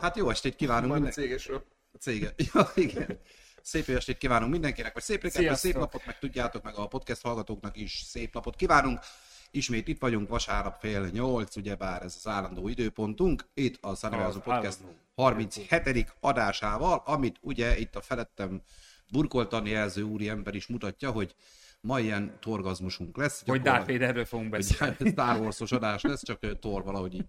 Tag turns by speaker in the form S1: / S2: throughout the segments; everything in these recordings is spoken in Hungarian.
S1: Hát jó estét kívánunk
S2: Majd a
S1: mindenkinek.
S2: cégesről.
S1: A cége. Ja, igen. Szép jó estét kívánunk mindenkinek, vagy szép reggelt, vagy szép
S2: Sziasztok.
S1: napot, meg tudjátok, meg a podcast hallgatóknak is szép napot kívánunk. Ismét itt vagyunk, vasárnap fél nyolc, ugyebár ez az állandó időpontunk, itt a Szanavázó
S3: Az
S1: Podcast
S3: állandó.
S1: 37. adásával, amit ugye itt a felettem burkoltan jelző úri ember is mutatja, hogy ma ilyen torgazmusunk lesz.
S3: Hogy
S1: Gyakorlatilag-
S3: Darth Vaderről fogunk beszélni.
S1: egy Star Wars-os adás lesz, csak ö, Thor valahogy így,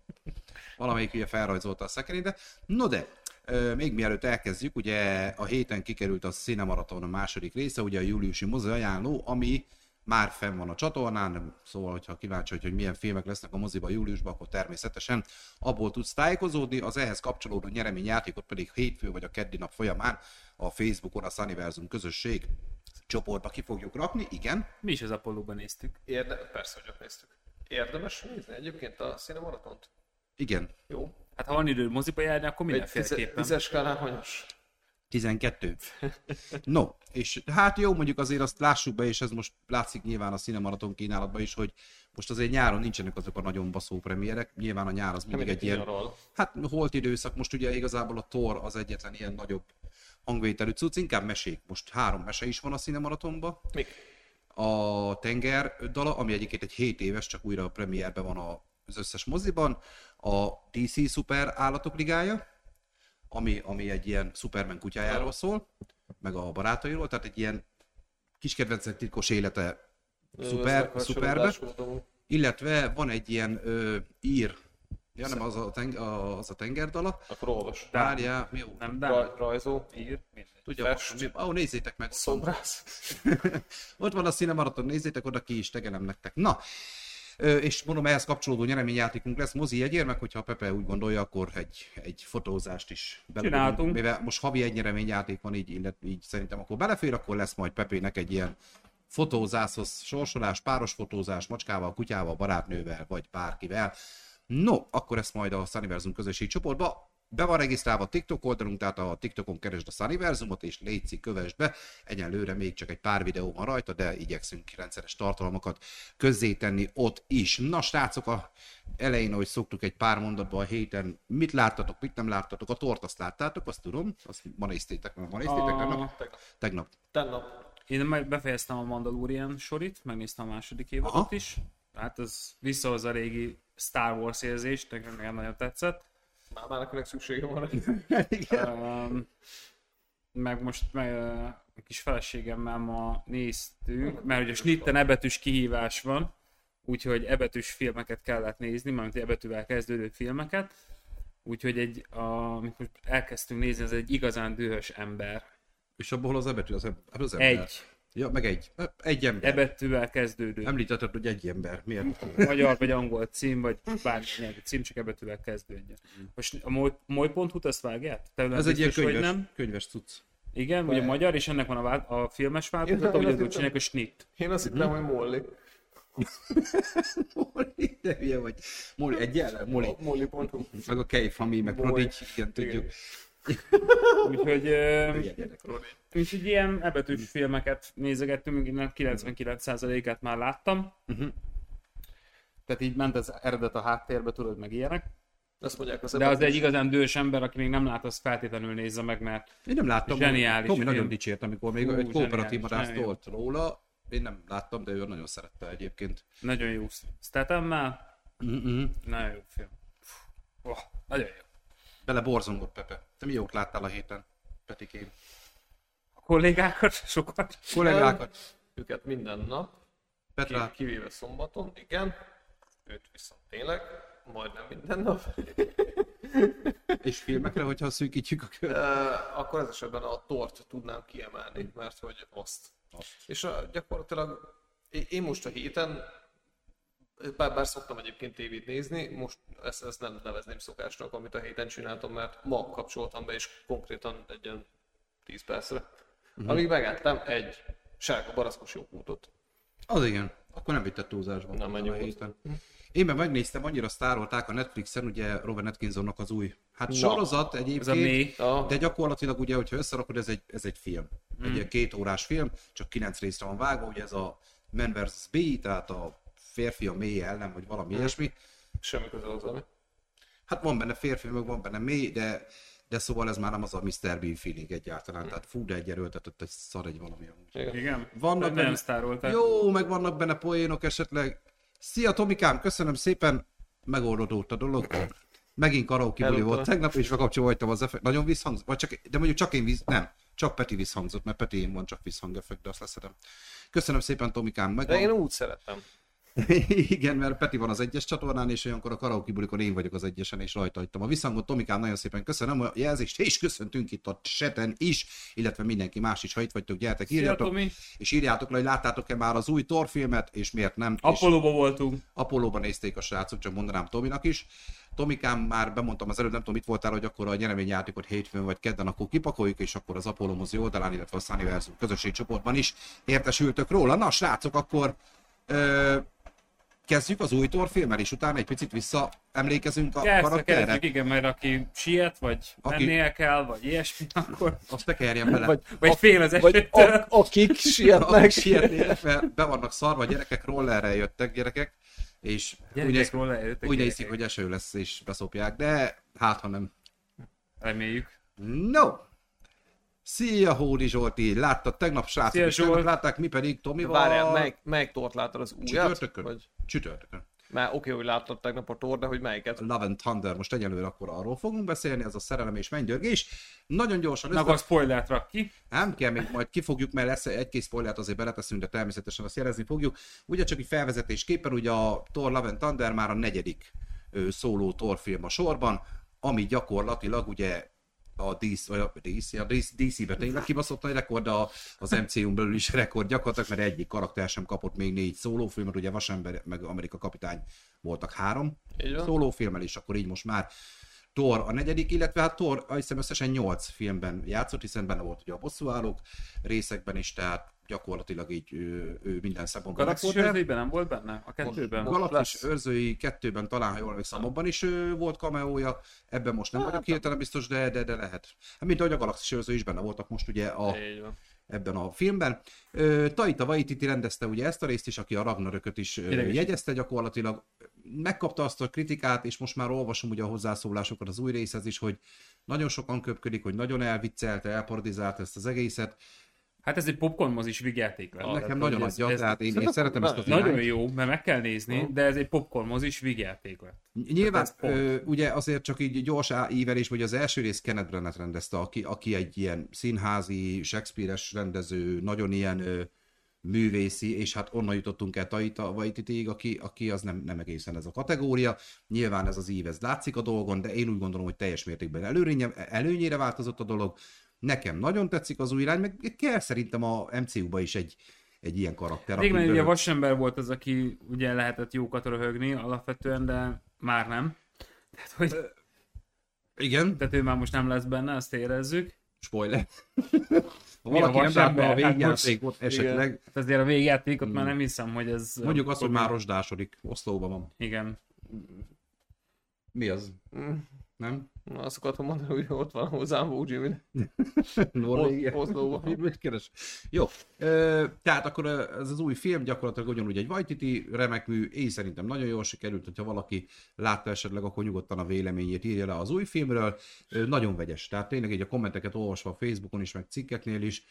S1: valamelyik ugye felrajzolta a szekerénybe. No de, ö, még mielőtt elkezdjük, ugye a héten kikerült a Cinemaraton a második része, ugye a júliusi mozi ajánló, ami már fenn van a csatornán, szóval, hogyha kíváncsi vagy, hogy milyen filmek lesznek a moziba júliusban, akkor természetesen abból tudsz tájékozódni, az ehhez kapcsolódó nyereményjátékot pedig hétfő vagy a keddi nap folyamán a Facebookon a Sunniversum közösség csoportba ki fogjuk rakni, igen,
S3: Mi is az Apollo-ban néztük.
S2: Érde... Persze, hogy ott néztük. Érdemes nézni egyébként a színemonatont?
S1: igen,
S2: Jó.
S3: Hát ha van idő moziba járni, akkor
S2: Egy tize-
S3: mindenféleképpen.
S2: tízes skálán hanyas?
S1: 12. No, és hát jó, mondjuk azért azt lássuk be, és ez most látszik nyilván a színemaraton kínálatban is, hogy most azért nyáron nincsenek azok a nagyon baszó premierek, nyilván a nyár az mindig egy ilyen,
S2: Arról.
S1: hát holt időszak, most ugye igazából a tor az egyetlen ilyen nagyobb hangvételű cucc, inkább mesék, most három mese is van a színemaratonban,
S2: Mik?
S1: a tenger dala, ami egyébként egy 7 éves, csak újra a premierben van a- az összes moziban, a DC Super Állatok Ligája, ami, ami egy ilyen Superman kutyájáról szól, meg a barátairól, tehát egy ilyen kis kedvencek titkos élete szuper, szuperbe, illetve van egy ilyen ö, ír, ja nem, az a, teng, a, az a tengerdala,
S2: Akkor olvas.
S3: Dán.
S1: várjál, mi jó,
S3: Nem, de
S2: Raj, rajzó,
S3: ír, mindegy.
S1: tudja,
S2: Fest.
S1: mi, ó, nézzétek meg,
S2: Szóval szobrász.
S1: Ott van a Cinemaraton, nézzétek oda ki is, tegelem nektek. Na, Ö, és mondom, ehhez kapcsolódó nyereményjátékunk lesz mozi jegyér, meg hogyha a Pepe úgy gondolja, akkor egy, egy fotózást is belőlünk.
S3: Csináltunk.
S1: Mivel most havi egy nyereményjáték van, így, illet, így szerintem akkor belefér, akkor lesz majd Pepének egy ilyen fotózáshoz sorsolás, páros fotózás, macskával, kutyával, barátnővel, vagy bárkivel. No, akkor ezt majd a Sunniversum közösségi csoportba be van regisztrálva a TikTok oldalunk, tehát a TikTokon keresd a Sunniversumot, és létszi, kövesd be. Egyelőre még csak egy pár videó van rajta, de igyekszünk rendszeres tartalmakat közzétenni ott is. Na srácok, a elején, ahogy szoktuk egy pár mondatban a héten, mit láttatok, mit nem láttatok, a tort azt láttátok, azt tudom, azt ma néztétek, ma néztétek,
S3: A-
S1: tegnap?
S2: tegnap.
S1: Tegnap.
S2: Tegnap.
S3: Én meg befejeztem a Mandalorian sorit, megnéztem a második évadot
S1: Aha.
S3: is. Tehát ez visszahoz a régi Star Wars érzést, nekem nekem nagyon tetszett.
S2: Már már akinek szüksége van.
S3: Öm, Ehm, meg most meg, ö, a kis feleségemmel ma néztünk, mert ugye Snitten ebetűs kihívás van, úgyhogy ebetűs filmeket kellett nézni, mármint ebetűvel kezdődő filmeket, úgyhogy egy, a, amit most elkezdtünk nézni, ez egy igazán dühös ember.
S1: És abból az ebetű, az, eb- az ember.
S3: Egy
S1: Ja, meg egy. Egy ember.
S3: ebetűvel kezdődő.
S1: Említetted, hogy egy ember. Miért?
S3: Magyar vagy angol cím, vagy bármilyen nyelvű cím, csak ebetűvel kezdődjön. Most a moly, moly.hu-t azt vágják? Te
S1: Ez egy ilyen
S3: biztos vagy
S1: könyves,
S3: nem?
S1: nem? könyves cucc.
S3: Igen, ugye magyar, és ennek van a, vá- a filmes változata,
S2: Én-
S3: hogy
S2: én
S3: úgy
S2: azt
S3: csinálják, hogy snit.
S2: Én azt hittem, hogy Molly.
S1: Moli, de hülye vagy. Moli, egy jelen, Moli.
S2: Molly.hu.
S1: Meg a Kejfami, meg
S2: Moli.
S1: Prodigy, igen, tudjuk.
S3: Úgyhogy, ö,
S1: Hülye gyerek.
S3: úgyhogy ilyen ebetűs filmeket nézegettünk, innen 99%-át már láttam. Tehát így ment az eredet a háttérbe, tudod, meg ilyenek.
S2: Azt mondják az
S3: De az
S2: emberek
S3: egy igazán dős ember, aki még nem lát, az feltétlenül nézze meg, mert
S1: Én nem láttam.
S3: Zseniális
S1: Tomi nagyon
S3: film.
S1: dicsért, amikor még
S3: Hú,
S1: egy kooperatív
S3: zseniális,
S1: madászt
S3: nagyon jó.
S1: tolt róla. Én nem láttam, de ő nagyon szerette egyébként.
S3: nagyon jó. Statemmel,
S1: Mm-mm.
S3: nagyon jó film. Oh, nagyon jó.
S1: Bele borzongott Pepe. Te mi jót láttál a héten, Petikém?
S3: A kollégákat sokat.
S1: Kollégákat,
S2: őket minden nap.
S1: Petrát,
S2: Ki- Kivéve szombaton, igen. Őt viszont tényleg, majdnem minden nap.
S1: és filmekre, hogyha szűkítjük a kört.
S2: Ö, Akkor ez esetben a tort tudnám kiemelni, mert hogy Mm. azt. És a, gyakorlatilag é- én most a héten, bár, bár szoktam egyébként tévét nézni, most ezt, ezt nem nevezném szokásnak, amit a héten csináltam, mert ma kapcsoltam be, és konkrétan egy ilyen 10 percre. Uh-huh. Amíg megálltam egy sárga baraszkos jogmódot.
S1: Az igen. Akkor nem vitted túlzásba.
S2: Nem,
S1: a
S2: nyugodt.
S1: héten. Én meg megnéztem, annyira sztárolták a Netflixen, ugye Robert Atkinsonnak az új. Hát
S2: Na.
S1: sorozat
S3: Ez a
S1: egyébként,
S3: mély.
S2: A, Mhm.
S1: de gyakorlatilag ugye, hogyha összerakod, ez egy, ez egy film. Mm. Egy ilyen két órás film, csak kilenc részre van vágva, ugye ez a Man vs.
S2: Mhm.
S1: B, tehát a férfi a mély ellen, vagy valami mm. ilyesmi.
S2: semmi közel az, ami.
S1: Hát van benne férfi, meg van benne mély, de, de szóval ez már nem az a Mr. Bean feeling egyáltalán.
S2: Mhm.
S1: Tehát fú, de egy erőltetett, egy szar egy valami amúgy.
S2: Igen.
S3: Igen?
S1: Vannak
S3: Vannak
S1: benne-
S3: nem sztárolták.
S1: Jó, meg vannak benne poénok esetleg. Szia Tomikám, köszönöm szépen, megoldódott a dolog. Megint karaoke buli
S2: Elutal.
S1: volt tegnap, és bekapcsoltam az effekt. Nagyon visszhangzott, vagy csak, de mondjuk csak én víz, nem, csak Peti visszhangzott, mert Peti én van csak visszhangeffekt, de azt leszedem. Köszönöm szépen Tomikám, meg
S2: De én úgy szeretem.
S1: igen, mert Peti van az egyes csatornán, és olyankor a karaoke bulikon én vagyok az egyesen, és rajta hagytam a visszhangot. Tomikám, nagyon szépen köszönöm a jelzést, és köszöntünk itt a seten is, illetve mindenki más is, ha itt vagytok, gyertek,
S3: Szia,
S1: írjatok,
S3: Tomi.
S1: és írjátok le, hogy láttátok-e már az új Thor filmet, és miért nem. És
S3: Apolóba voltunk.
S1: Apollo-ban nézték a srácok, csak mondanám Tominak is. Tomikám már bemondtam az előbb, nem tudom, itt voltál, hogy akkor a nyereményjátékot hétfőn vagy kedden, akkor kipakoljuk, és akkor az Apollo mozi oldalán, illetve a Sunnyversum közösség csoportban is értesültök róla. Na, srácok, akkor ö, kezdjük az új Thor filmmel, és utána egy picit visszaemlékezünk a
S3: Keresztül
S1: karakterre.
S3: keresztül, igen, mert aki siet, vagy
S1: Aki-
S3: aki... mennie kell, vagy ilyesmi, akkor...
S1: Azt ne kerjen bele.
S4: Vagy,
S3: Vagy fél az
S4: vagy
S3: esettől.
S4: ak- akik sietnek.
S1: sietnének, mert be vannak szarva a gyerekek, rollerre jöttek gyerekek, és úgy, néz,
S3: Gyerekekről lejöttek
S1: úgy
S3: gyerekek.
S1: nézik, hogy eső lesz, és beszopják, de hát, ha nem.
S3: Reméljük.
S1: No! Szia, Hódi Zsolti! Láttad tegnap srácok,
S3: Szia,
S1: és tegnap
S3: Zsolt.
S1: látták, mi pedig Tomival...
S2: Várjál, melyik, melyik tort láttad az újat?
S1: Csütörtökön?
S2: Vagy...
S1: Csütörtökön.
S2: Már oké, hogy láttad tegnap a tort, de hogy melyiket?
S1: Love and Thunder, most egyelőre akkor arról fogunk beszélni, ez a szerelem és mennydörgés. Nagyon gyorsan
S3: Na,
S1: össze...
S3: akkor spoilert rak ki.
S1: Nem kell, még majd kifogjuk, mert lesz egy-két spoilert azért beleteszünk, de természetesen azt jelezni fogjuk. Ugye csak így felvezetésképpen, ugye a Thor Love and Thunder már a negyedik ö, szóló Thor film a sorban, ami gyakorlatilag ugye a DC, vagy a DC, a DC, DC-ben tényleg kibaszott nagy rekord, de a- az MCU-n belül is rekord gyakorlatilag, mert egyik karakter sem kapott még négy szólófilmet, ugye Vasember meg Amerika kapitány voltak három
S2: Így van.
S1: szólófilmmel, és akkor így most már Thor a negyedik, illetve hát Thor azt hiszem összesen 8 filmben játszott, hiszen benne volt ugye a bosszúállók részekben is, tehát gyakorlatilag így ő, ő minden szempontból
S3: Galaxis
S1: megfordult.
S3: őrzőiben nem volt benne? A kettőben?
S1: A Galaktis őrzői kettőben talán, ha jól emlékszem, abban is ö, volt kameója, ebben most nem vagyok hirtelen biztos, de, de, de lehet. Hát, mint ahogy a Galaxis őrző is benne voltak most ugye a,
S2: Így van.
S1: ebben a filmben. Ö, Taita Waititi rendezte ugye ezt a részt is, aki a Ragnarököt is ö,
S3: Ideges.
S1: jegyezte gyakorlatilag. Megkapta azt a kritikát, és most már olvasom ugye a hozzászólásokat az új részhez is, hogy nagyon sokan köpködik, hogy nagyon elviccelte, elparodizált ezt az egészet.
S3: Hát ez egy popcorn mozis vigyáték lett.
S1: Nekem
S3: Tehát,
S1: nagyon
S3: hogy ez-
S1: adja,
S3: ez-
S1: tehát én, én
S2: szerintem
S1: szeretem ezt az irányt.
S3: Nagyon jó, mert meg kell nézni, de ez egy popcorn mozis vigyáték lett.
S1: Nyilván,
S3: Tehát ez pont.
S1: ö, ugye azért csak így gyors á- ívelés, hogy az első rész Kenneth Branagh rendezte, aki, aki egy ilyen színházi, Shakespeare-es rendező, nagyon ilyen ö, művészi, és hát onnan jutottunk el Taita Waititiig, aki, aki az nem, nem egészen ez a kategória. Nyilván ez az ív, ez látszik a dolgon, de én úgy gondolom, hogy teljes mértékben előrénye, előnyére változott a dolog. Nekem nagyon tetszik az új irány, meg kell szerintem a MCU-ba is egy, egy ilyen karakter.
S3: Régen
S1: akiből-
S3: ugye Vasember volt az, aki ugye lehetett jókat röhögni alapvetően, de már nem. Tehát, hogy,
S1: Igen,
S3: tehát ő már most nem lesz benne, azt érezzük.
S1: spoiler. Ha
S3: Mi a
S1: valaki nem
S3: vasember?
S1: látta a
S3: Hát
S1: végjátékot esetleg,
S3: Hát azért a végjátékot már nem hiszem, hogy ez...
S1: Hmm. Mondjuk azt, hogy már rozsdásodik, oszlóban van.
S3: Igen.
S1: Mi az?
S2: Mm.
S1: Nem?
S2: Na, azt akartam mondani, hogy ott van hozzám Bó Jimmy.
S1: Norvégia.
S2: Osz- Oszlóban.
S1: Mi- Mit keres? Jó. Ö, tehát akkor ö, ez az új film gyakorlatilag ugyanúgy egy Vajtiti remek mű. Én szerintem nagyon jól sikerült, hogyha valaki látta esetleg, akkor nyugodtan a véleményét írja le az új filmről. Ö, nagyon vegyes. Tehát tényleg így a kommenteket olvasva a Facebookon is, meg cikkeknél is,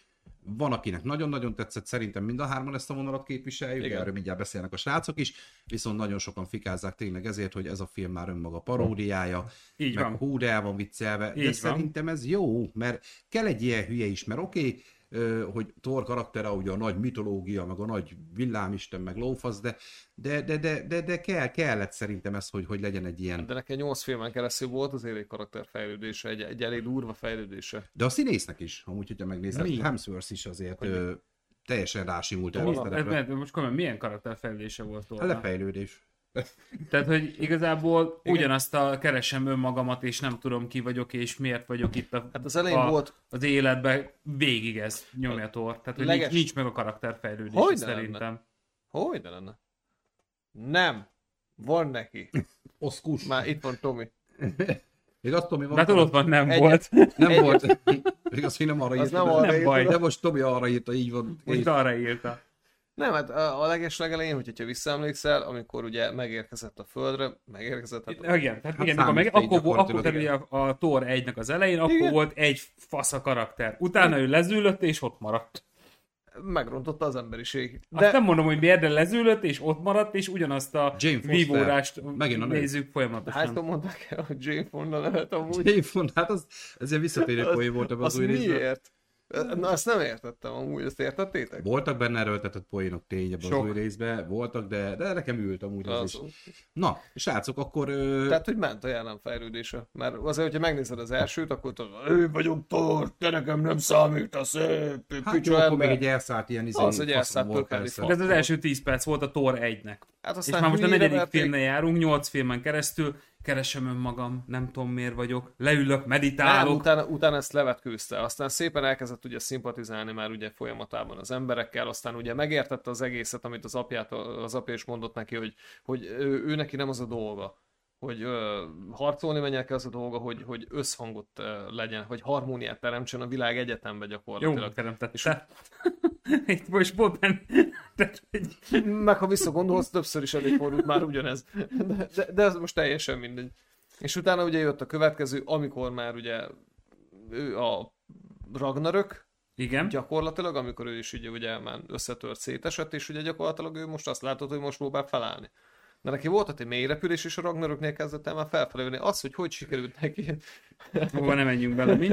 S1: van, akinek nagyon-nagyon tetszett, szerintem mind a hárman ezt a vonalat képviseljük, Igen.
S2: Igen.
S1: erről mindjárt beszélnek a srácok is, viszont nagyon sokan fikázzák tényleg ezért, hogy ez a film már önmaga paródiája,
S3: Így
S1: meg
S3: van.
S1: hú, de el van viccelve. de
S3: Így van.
S1: szerintem ez jó, mert kell egy ilyen hülye is, mert oké, ö, hogy Thor karaktere ugye a nagy mitológia, meg a nagy villámisten, meg lófasz, de, de, de, de, de, de kell, kellett szerintem ez, hogy, hogy legyen egy ilyen.
S2: De nekem 8 filmen keresztül volt azért egy karakterfejlődése, egy, egy elég durva fejlődése.
S1: De a színésznek is, amúgy, hogyha megnézed,
S3: Mi?
S1: Hemsworth is azért ö, teljesen rásimult erre a
S3: Mi, ez,
S1: szerepre. Hát
S3: mert most komolyan milyen karakterfejlődése volt
S1: A
S3: róla?
S1: lefejlődés.
S3: Tehát, hogy igazából
S2: Igen.
S3: Igen. ugyanazt a keresem önmagamat, és nem tudom ki vagyok, és miért vagyok itt a,
S2: Hát az elején
S3: a,
S2: volt-
S3: az életben végig ez nyomja tor. Tehát, hogy
S2: Leges-
S3: nincs, nincs meg a karakterfejlődés
S2: Hogyne
S3: szerintem.
S2: Hogy de lenne? Nem. Van neki.
S1: Oszkus.
S2: Már itt van Tomi.
S1: Még azt Tomi van.
S3: De hát ott van, nem
S2: Egy-
S3: volt.
S1: Nem
S2: Egy-
S1: volt. Még azt, hogy nem arra
S2: Az
S1: írta.
S2: nem
S1: de-
S2: arra
S3: Nem
S2: írt,
S3: baj.
S1: De most Tomi arra írta, így van.
S3: Most arra írta.
S2: Nem, hát a a leges legelején, hogyha visszaemlékszel, amikor ugye megérkezett a Földre, megérkezett, hát
S3: Igen, tehát
S1: Hát
S3: igen, mikor meg,
S1: számít így
S3: akkor, volt- akkor
S1: gyakorlatilag,
S3: kerül a, a Thor 1-nek az elején, akkor
S2: Igen.
S3: volt egy fasz a karakter. Utána ő lezülött, és ott maradt.
S2: megrontotta az emberiség.
S3: De... Azt
S2: De
S3: nem mondom, hogy miért, de lezülött, és ott maradt, és ugyanazt a
S1: Jane Foster.
S3: vívórást
S1: Megint a nő.
S3: nézzük folyamatosan.
S2: hányszor mondták el a Jane Fonda nevet amúgy?
S1: Téfon, hát az, ez ilyen visszatérő
S2: Az-
S1: poén volt ebben az
S2: Az
S1: új részben.
S2: miért? Na, azt nem értettem amúgy, azt értettétek?
S1: Voltak benne erőltetett poénok tény ebben az
S3: Sok.
S1: új részben, voltak, de, de nekem ült amúgy az,
S2: Az.
S1: is. Na, srácok, akkor... Ö...
S2: Tehát, hogy ment a jellem fejlődése. Mert azért, hogyha megnézed az elsőt, akkor tudod, ő vagyok Thor, te nekem nem számít a szép,
S1: Hát jó,
S2: picsa
S1: akkor még
S2: ember.
S1: egy elszállt ilyen izé,
S2: Az, hogy
S1: faszom
S2: elszállt
S1: volt,
S2: Pörkeli
S1: persze.
S3: De ez az első 10 perc volt a Thor 1-nek.
S2: Hát
S3: És már most a
S2: hülyére
S3: negyedik
S2: verték.
S3: filmnél járunk, nyolc filmen keresztül, keresem önmagam, nem tudom miért vagyok, leülök,
S2: Nem,
S3: meditálok.
S2: utána, utána ezt levetkőzte. Aztán szépen elkezdett ugye szimpatizálni már ugye folyamatában az emberekkel, aztán ugye megértette az egészet, amit az, apját, az apja is mondott neki, hogy, hogy ő, ő neki nem az a dolga, hogy ö, harcolni menjek az a dolga, hogy, hogy összhangot ö, legyen, hogy harmóniát teremtsen a világ egyetembe
S3: Jó,
S2: gyakorlatilag.
S3: megteremtette. Itt most pont ben- tehát egy-
S2: Meg ha visszagondolsz, többször is előfordult már ugyanez. De, de, de ez most teljesen mindegy. És utána ugye jött a következő, amikor már ugye ő a Ragnarök,
S3: Igen.
S2: gyakorlatilag, amikor ő is ugye, ugye már összetört, szétesett, és ugye gyakorlatilag ő most azt látod, hogy most próbál felállni. De neki volt ott egy mély repülés, és a Ragnaröknél kezdett el már felfelülni. Az, hogy hogy sikerült neki.
S3: Hova nem menjünk bele mi.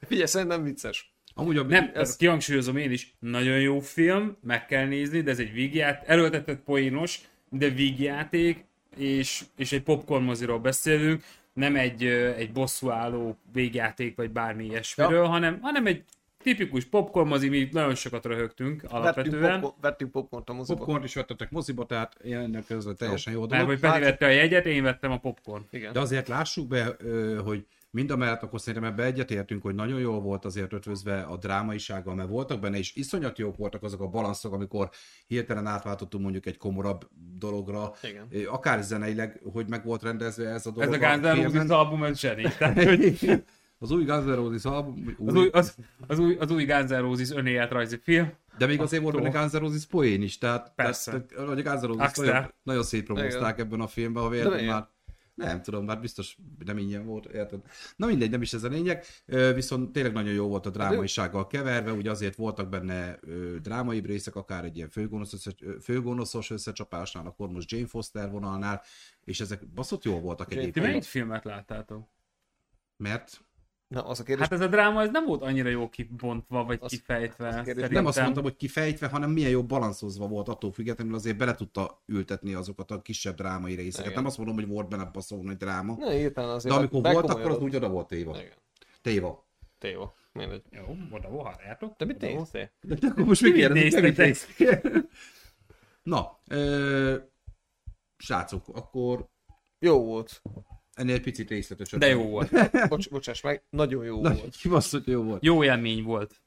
S2: Figyelj, szerintem vicces.
S1: Amúgy a...
S3: Nem, ezt kihangsúlyozom én is. Nagyon jó film, meg kell nézni, de ez egy vígját, erőltetett poénos, de vígjáték, és, és egy popcorn moziról beszélünk, nem egy, ö, egy bosszúálló végjáték, vagy bármi ilyesmiről, ja. hanem, hanem egy tipikus popcorn mozi, mi nagyon sokat röhögtünk
S2: Vettünk,
S3: alapvetően.
S2: popcorn, vettünk popcornt a moziba.
S1: Popcorn is vettetek moziba, tehát ennek ez a teljesen jó
S3: Mert
S1: dolog.
S3: hogy Peti vette a jegyet, én vettem a popcorn.
S2: Igen.
S1: De azért lássuk be, ö, hogy mind a mellett akkor szerintem ebbe egyetértünk, hogy nagyon jól volt azért ötvözve a drámaisággal, mert voltak benne, és iszonyat jók voltak azok a balanszok, amikor hirtelen átváltottunk mondjuk egy komorabb dologra,
S2: Igen.
S1: Ö, akár zeneileg, hogy meg volt rendezve ez a
S3: Ez
S1: dolog.
S3: a Guns N'
S1: filmen.
S3: Roses album, ez zseni. Tehát
S1: Az új Guns N' Roses album,
S3: Az új, az, az, új, az új Guns N' Roses önéletrajzi film.
S1: De még azért volt
S3: Attól.
S1: benne Guns N' Roses poén is, tehát,
S3: Persze.
S1: tehát, tehát hogy a Guns N' Roses
S3: Axel.
S1: nagyon, nagyon szétpromozták ebben a filmben, ha érted
S2: miért?
S1: már. Nem tudom, már biztos nem ingyen volt, érted? Na mindegy, nem is ez a lényeg, Ö, viszont tényleg nagyon jó volt a drámaisággal keverve, ugye azért voltak benne ö, drámai részek, akár egy ilyen főgonosz össze, ö, főgonoszos összecsapásnál, akkor most Jane Foster vonalnál, és ezek baszott jó voltak
S3: Ti
S2: Jane-
S1: egyébként,
S3: melyik filmet láttátok?
S1: mert
S2: Na, az a kérdés,
S3: Hát ez a dráma, ez nem volt annyira jó kibontva, vagy
S2: Az-
S3: az, kifejtve.
S2: az
S3: Az
S2: kérdés.
S1: nem azt mondtam, hogy kifejtve, hanem milyen jó balanszozva volt attól függetlenül, azért bele tudta ültetni azokat a kisebb drámai részeket.
S2: Igen.
S1: Nem azt mondom, hogy volt benne baszó nagy dráma,
S2: Na, hirtelen
S1: de
S2: azért.
S1: amikor volt, akkor az
S2: bekomolyodott.
S1: úgy oda volt téva.
S2: Igen.
S1: Téva.
S2: Téva. Mindegy.
S3: Jó, oda várjátok.
S2: Te mit néztél?
S1: De te akkor most
S3: Mi
S1: mi kérdezik?
S3: mit
S1: Nem
S3: néztek?
S1: is néz- Na, ö, srácok, akkor
S2: Jó volt.
S1: ennél egy picit részletesebb.
S3: De jó volt.
S2: Bocs, bocsáss meg, nagyon jó
S1: Na,
S2: volt.
S1: kibaszott jó volt.
S3: Jó élmény volt.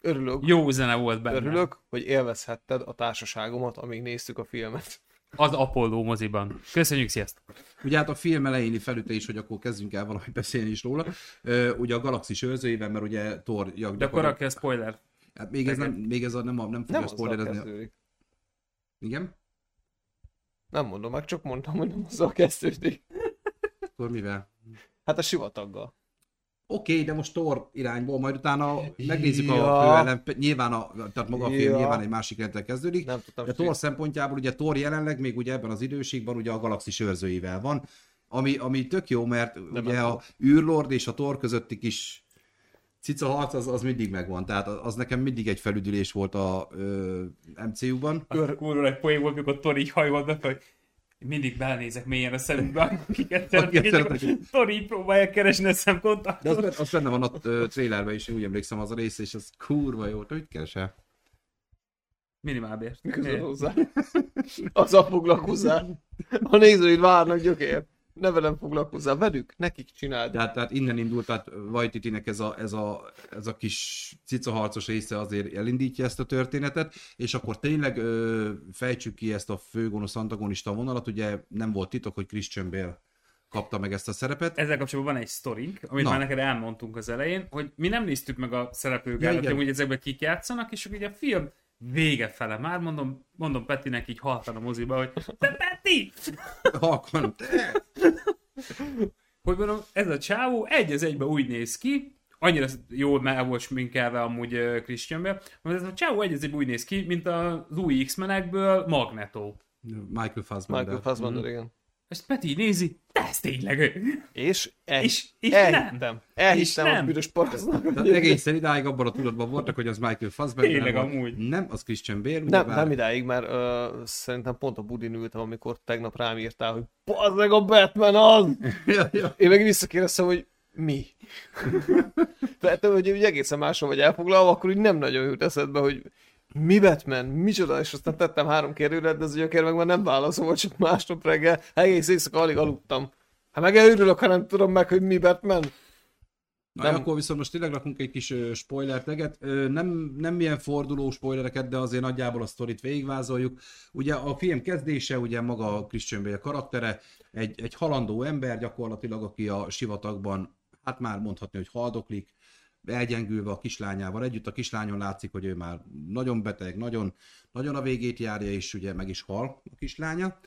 S2: Örülök,
S3: Jó zene volt benne.
S2: örülök, hogy élvezhetted a társaságomat, amíg néztük a filmet.
S3: Az Apollo moziban. Köszönjük, sziasztok.
S1: Ugye hát a film elejéni felüte is, hogy akkor kezdjünk el valamit beszélni is róla. Ö, ugye a galaxis őrzőjében, mert ugye Thor jak
S3: De akkor akkor spoiler.
S1: Hát még ez nem, még ez a, nem, a, nem fogja
S2: Nem azzal
S1: spoilerezni.
S2: kezdődik.
S1: Igen?
S2: Nem mondom, meg csak mondtam, hogy nem azzal kezdődik.
S1: Akkor mivel?
S2: Hát a sivataggal.
S1: Oké, okay, de most Thor irányból, majd utána megnézzük
S2: Ja.
S1: a főellen, nyilván a, tehát maga a film
S2: Ja.
S1: nyilván egy másik rendel kezdődik.
S2: Nem tudtam,
S1: De
S2: hogy
S1: Thor szempontjából ugye Thor jelenleg még ugye ebben az időségben ugye a galaxis őrzőivel van, ami, ami tök jó, mert de ugye
S2: nem.
S1: a űrlord és a Thor közötti kis cica harc az, az mindig megvan, tehát az nekem mindig egy felüdülés volt a ö, MCU-ban.
S3: Ör... Kurva egy poén volt, mikor Tori így hajolt be, hogy mindig belenézek mélyen a szemükbe, akiket
S1: Akiket
S3: szeretek, és
S1: szeretek.
S3: akkor Tori így próbálja keresni a
S1: De az,
S3: szemkontaktot.
S1: ben- az benne van a ö, trailerben is, én úgy emlékszem az a rész, és az kurva jó. Te mit keresel?
S3: Minimálbért.
S2: Miközben hozzá. Azzal foglalkozzál. A nézőid várnak gyökér. Ne velem foglalkozzál, velük, nekik csináld.
S1: Tehát, tehát innen indult, tehát Vajtitinek ez a, ez a, ez a kis cicaharcos része azért elindítja ezt a történetet, és akkor tényleg ö, fejtsük ki ezt a főgonosz antagonista vonalat, ugye nem volt titok, hogy Christian Bale kapta meg ezt a szerepet.
S3: ezzel kapcsolatban van egy sztorink, amit
S1: Na.
S3: Na. már neked elmondtunk az elején, hogy mi nem néztük meg a
S1: Ja,
S3: szereplőgárat,
S1: igen.
S3: hogy ezekben kik játszanak, és ugye a film vége fele már, mondom, mondom Petinek így halkan a moziba, hogy te Peti!
S1: Halkan, de!
S3: Hogy mondom, ez a csávó egy az egybe úgy néz ki, annyira jól meg volt sminkelve amúgy ö, Christian Bale, hogy ez a csávó egy az egybe úgy néz ki, mint az új X-menekből Magneto.
S1: Michael Fassbender.
S2: Michael Fassbender, igen.
S3: Ezt Peti így nézi, te ez tényleg ő.
S2: És, el,
S3: És- és
S2: elhittem.
S3: nem.
S2: Elhittem
S3: És
S2: a
S3: nem.
S2: büdös parasztnak.
S1: Tehát egészen idáig abban a tudatban voltak, hogy az Michael Fassbender
S3: Tényleg,
S1: volt.
S3: amúgy.
S1: Nem, az Christian Bale.
S2: Nem,
S1: ugyebár-
S2: nem idáig, mert ö, szerintem pont a budin ültem, amikor tegnap rám írtál, hogy bazd meg a Batman az!
S1: ja, ja.
S2: Én meg visszakérdeztem, hogy mi? Tehát, hogy úgy egészen máshol vagy elfoglalva, akkor úgy nem nagyon jut eszedbe, hogy mi Batman, micsoda, és aztán tettem három kérdőre, de az gyökér meg már nem válaszol, csak másnap reggel, egész éjszaka alig aludtam. Hát meg előrülök, ha nem tudom meg, hogy mi Batman.
S1: Na,
S2: Nem.
S1: nem. akkor viszont most tényleg rakunk egy kis ö, spoilert leget. Ö, nem, nem ilyen forduló spoilereket, de azért nagyjából a sztorit végigvázoljuk. Ugye a film kezdése, ugye maga a Christian Bale karaktere, egy, egy halandó ember gyakorlatilag, aki a sivatagban, hát már mondhatni, hogy haldoklik, elgyengülve a kislányával együtt. A kislányon látszik, hogy ő már nagyon beteg, nagyon, nagyon a végét járja, és ugye meg is hal a kislánya.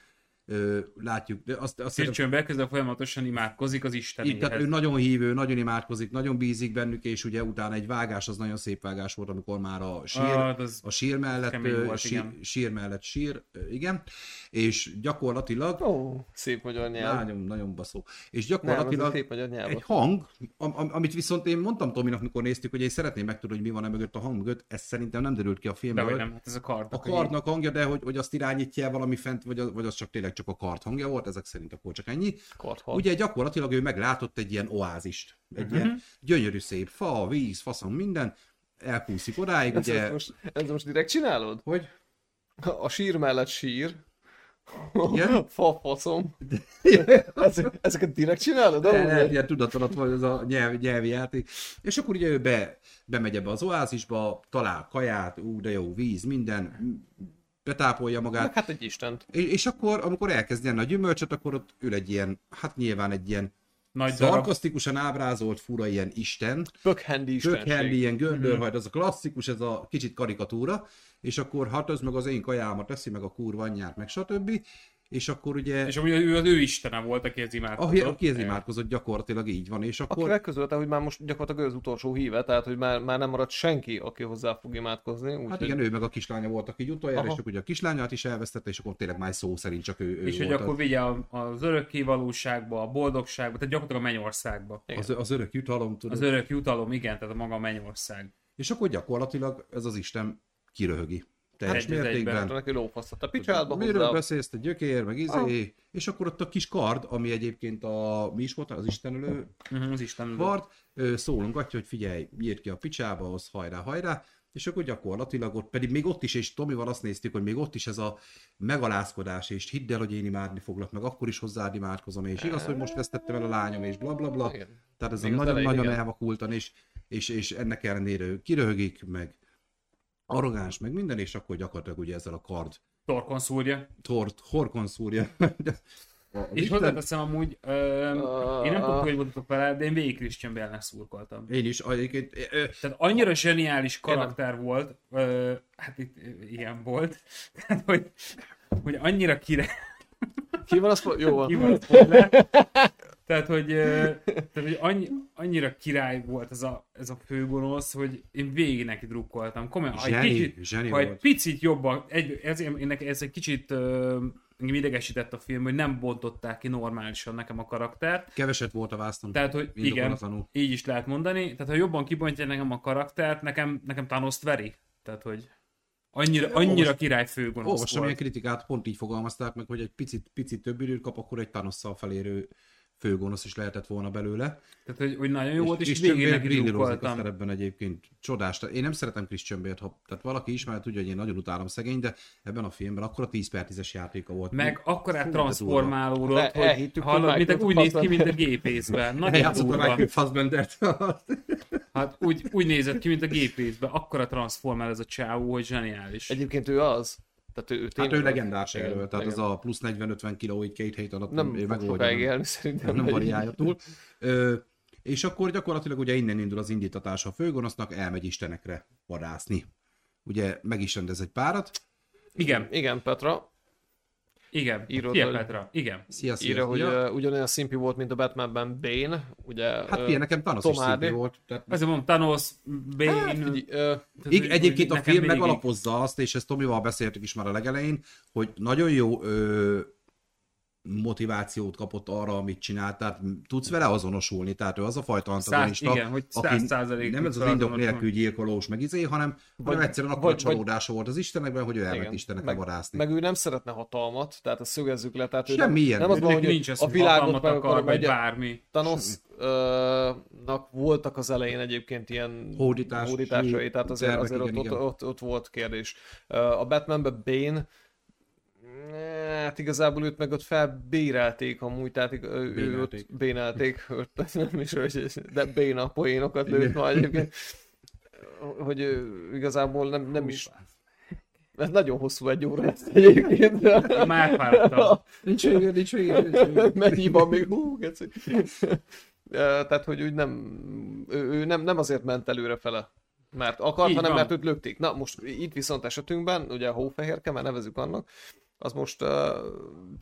S1: Ö, látjuk, de azt, azt szerintem-
S3: Christian Bale közben folyamatosan imádkozik az
S1: így, tehát ő
S3: Istenéhez.
S1: nagyon hívő, nagyon imádkozik, nagyon bízik bennük, és ugye utána egy vágás, az nagyon szép vágás volt, amikor már a sír,
S3: Ah, az-
S1: a sír mellett,
S3: kemény
S1: ö,
S3: volt,
S1: sír,
S3: igen.
S1: sír mellett sír, ö, igen, és gyakorlatilag,
S2: Ó, szép magyar nyelv.
S1: nagyon, nagyon baszó, és
S2: Nem, ez a
S1: gyakorlatilag
S2: szép magyar nyelv.
S1: egy hang, am, am, amit viszont én mondtam Tominak, mikor néztük, hogy én szeretném megtudni, hogy mi van e mögött a hang mögött, ez szerintem nem derült ki a
S3: De hogy
S1: filmből.
S3: nem, hát ez a kard.
S1: A kardnak hangja, de hogy, hogy azt irányítja el valami fent, vagy az, vagy az csak tényleg csak a kard hangja volt, ezek szerint akkor csak ennyi.
S2: Karthal.
S1: Ugye gyakorlatilag ő meglátott egy ilyen oázist, egy uh-huh. ilyen gyönyörű szép fa, víz, faszom, minden, elpúszik odáig,
S2: Ezt,
S1: ugye...
S2: ezt, most, ezt most direkt csinálod?
S1: Hogy?
S2: A sír mellett sír.
S1: Igen?
S2: Fa faszom. Ezek- Ezeket direkt csinálod?
S1: El,
S2: Amúgy?
S1: el, ilyen tudatalat van ez a nyelv, nyelvi játék. És akkor ugye ő be, bemegy ebbe az oázisba, talál kaját, ú, de jó, víz, minden, betápolja magát,
S2: Meg hát egy istent.
S1: és, és akkor, amikor elkezd enni a gyümölcsöt, akkor ott ül egy ilyen, hát nyilván egy ilyen
S3: Nagy
S1: Szóval
S3: darab.
S1: szarkasztikusan ábrázolt, fura ilyen isten,
S2: Bökhendi istenség.
S1: Kökhendi, ilyen
S3: Mhm.
S1: göndörhajt, az a klasszikus, ez a kicsit karikatúra, és akkor hát az meg az én kajámat teszi, meg a kurva anyját, meg stb. És akkor ugye,
S3: És amúgy ő az ő istene volt, aki ez
S1: aki,
S3: imádkozott.
S1: aki ez imádkozott, gyakorlatilag így van, és
S2: Aki
S1: akkor hát
S2: megközölte, hogy már most gyakorlatilag ő az utolsó híve, tehát hogy már, már nem maradt senki, aki hozzá fog imádkozni. Úgy,
S1: Hát igen, ő meg a kislánya volt, aki utoljára,
S2: Aha.
S1: és akkor ugye a kislányát is elvesztette, és akkor tényleg már szó szerint csak ő, ő
S3: És hogy
S1: volt
S3: akkor vigye a- az örökké valóságba, a boldogságba, tehát gyakorlatilag a mennyországba.
S1: az, az, az örök jutalom, tudod.
S3: Az örök jutalom, igen, tehát a maga a mennyország.
S1: És akkor gyakorlatilag ez az Isten kiröhögi. Teljes
S3: egy az Hát, egyben.
S1: mértékben.
S2: Hogy neki lófasztott a picsába,
S1: Miről
S2: hozzá...
S1: beszélsz, te gyökér, meg izé, és akkor ott a kis kard, ami egyébként a, mi is volt, az Istenölő
S3: Mhm, Az Isten.
S1: vart, ö, szólongatja, hogy figyelj, nyírd ki a picsába, ahhoz hajrá, hajrá, és akkor gyakorlatilag ott pedig még ott is, és Tomival azt néztük, hogy még ott is ez a megalázkodás, és hidd el, hogy én imádni foglak, meg akkor is hozzád imádkozom, és igaz, hogy most vesztettem el a lányom, és bla bla bla.
S2: Igen.
S1: Tehát ez
S2: Még az
S1: nagyon-nagyon
S2: elején, igen.
S1: elvakultan, és, és, és ennek ellenére ő kiröhögik, meg arrogáns, meg minden, és akkor gyakorlatilag ugye ezzel a kard
S3: Torkon szúrja.
S1: tort, horkon szúrja. A- a
S3: És
S1: Isten-
S3: hozzáteszem amúgy, ö,
S2: Ah.
S3: én nem tudom, hogy voltatok vele, de én végig Christian Bale-nek szurkoltam.
S1: Én is, egyébként, ö, ö,
S3: Tehát annyira zseniális karakter volt, ö, hát itt ö, ilyen volt, tehát hogy, hogy annyira kire,
S2: Ki van az? Jó van.
S3: Ki volt spoiler. Tehát, hogy, ö, tehát, hogy annyi, annyira király volt ez a, ez a főgonosz, hogy én végig neki drukkoltam. Komolyan, ha egy
S1: Zseni,
S3: kicsit,
S1: zseni
S3: ha egy
S1: volt.
S3: picit jobban, egy, ez, én- ennek, ez egy kicsit ö, engem idegesített a film, hogy nem bontották ki normálisan nekem a karaktert.
S1: keveset volt a vászton.
S3: Tehát, hogy igen,
S1: Indokolatlanul.
S3: így is lehet mondani. Tehát, ha jobban kibontják nekem a karaktert, nekem, nekem Thanos-t veri. Tehát, hogy annyira, annyira király főgonosz
S1: Olvastam
S3: volt.
S1: ilyen kritikát, pont így fogalmazták meg, hogy egy picit, picit több időt kap, akkor egy Thanos-szal felérő főgonosz is lehetett volna belőle.
S3: Tehát, hogy, hogy nagyon jó volt, és, és
S1: Christian
S3: végig
S1: Bale
S3: neki
S1: brillírozik a
S3: drukkoltam.
S1: szerepben egyébként. Csodás. Tehát Én nem szeretem Christian Bale-t, ha, tehát valaki ismer, tudja, hogy én nagyon utálom szegény, de ebben a filmben akkor a 10 per 10-es játéka volt.
S3: Meg akkorát
S1: Fú, de durva.
S3: transformálódott,
S2: Hát el-
S3: hogy
S2: elhittük,
S3: hallod,
S2: hogy
S3: mint egy- úgy
S2: Michael
S3: néz ki, mint a
S2: Fassbender.
S3: gépészben. Nagyon
S1: Eljátszott a
S3: durva.
S1: Michael Fassbender-t.
S3: Hát úgy, úgy nézett ki, mint a gépészben. Akkora transformál ez a csávó, hogy zseniális.
S2: Egyébként ő az. Tehát ő, ő
S1: Hát
S2: tényleg
S1: ő
S2: az.
S1: legendás
S2: Igen,
S1: jelölt, tehát ez
S2: igen.
S1: a plusz 40-50 kiló így két hét alatt
S2: Nem
S1: ő
S2: fog
S1: megoldja,
S2: sokáig
S1: nem-
S2: élni szerintem.
S1: nem
S2: vagy-
S1: variálja túl. Ö, és akkor gyakorlatilag ugye innen indul az indítatás a főgonosznak, elmegy istenekre vadászni. ugye meg is rendez egy párat.
S3: Igen,
S2: Igen, Petra
S3: igen.
S2: Írod,
S3: Szia,
S2: hogy-
S3: Petra. Igen.
S1: Szia, szia,
S2: írja, hogy
S1: szia.
S2: ö, ugyanolyan szimpi volt, mint a Batmanben Bane. Ugye,
S1: Hát
S2: ö,
S1: ilyen nekem Thanos is
S2: Tom Hardy.
S1: szimpi volt. Tehát...
S3: Azért mondom, Thanos, Bane...
S2: Hát, figyelj, ö,
S3: tehát,
S1: Így,
S3: hogy-
S1: egyébként
S3: hogy
S1: a
S3: nekem
S1: film
S3: végig-
S1: megalapozza azt, és ezt Tomival beszéltük is már a legelején, hogy nagyon jó ö, motivációt kapott arra, amit csinált, tehát tudsz vele azonosulni, tehát ő az a fajta antagonista,
S3: igen, hogy
S1: aki
S3: 100%-ig
S1: nem ez az
S3: tudsz
S1: indok
S3: azonosulni.
S1: nélkül gyilkolós, meg izé, hanem, hanem egyszerűen akkor
S2: vagy-
S1: a csalódása volt az Istenekben, hogy ő elment Istenekre
S2: meg,
S1: varászni.
S2: meg ő nem szeretne hatalmat, tehát ezt szögezzük le. Tehát ő
S1: Semmi
S2: nem,
S1: ilyen.
S2: nem az van,
S3: Neki
S2: hogy
S3: nincs ez,
S2: a világot meg
S3: akar,
S2: akar,
S3: vagy
S2: vagy
S3: bármi.
S2: Thanosnak voltak az elején egyébként ilyen
S1: Hódítás-
S2: hódításai, tehát azért,
S1: tervek,
S2: azért ott,
S1: igen,
S2: ott,
S1: igen.
S2: ott, ott, volt kérdés. Ö, A Batmanben Bane Hát igazából őt meg ott felbérelték amúgy, tehát ig- ő ő ott
S1: Bénelték.
S2: bénelték, ott nem is, hogy de béna poénokat lőtt ma egyébként, hogy ő igazából nem, nem is ez nagyon hosszú egy óra lesz egyébként.
S3: Már vártam.
S1: Nincs vége, nincs vége, nincs vége.
S2: Mennyi van még? Hú, geci. Ö, Tehát, hogy úgy nem, ő, ő nem, nem azért ment előre fele, mert akart,
S3: Így
S2: hanem
S3: van.
S2: mert őt lökték. Na most itt viszont esetünkben, ugye a hófehérke, már nevezük annak, az most uh,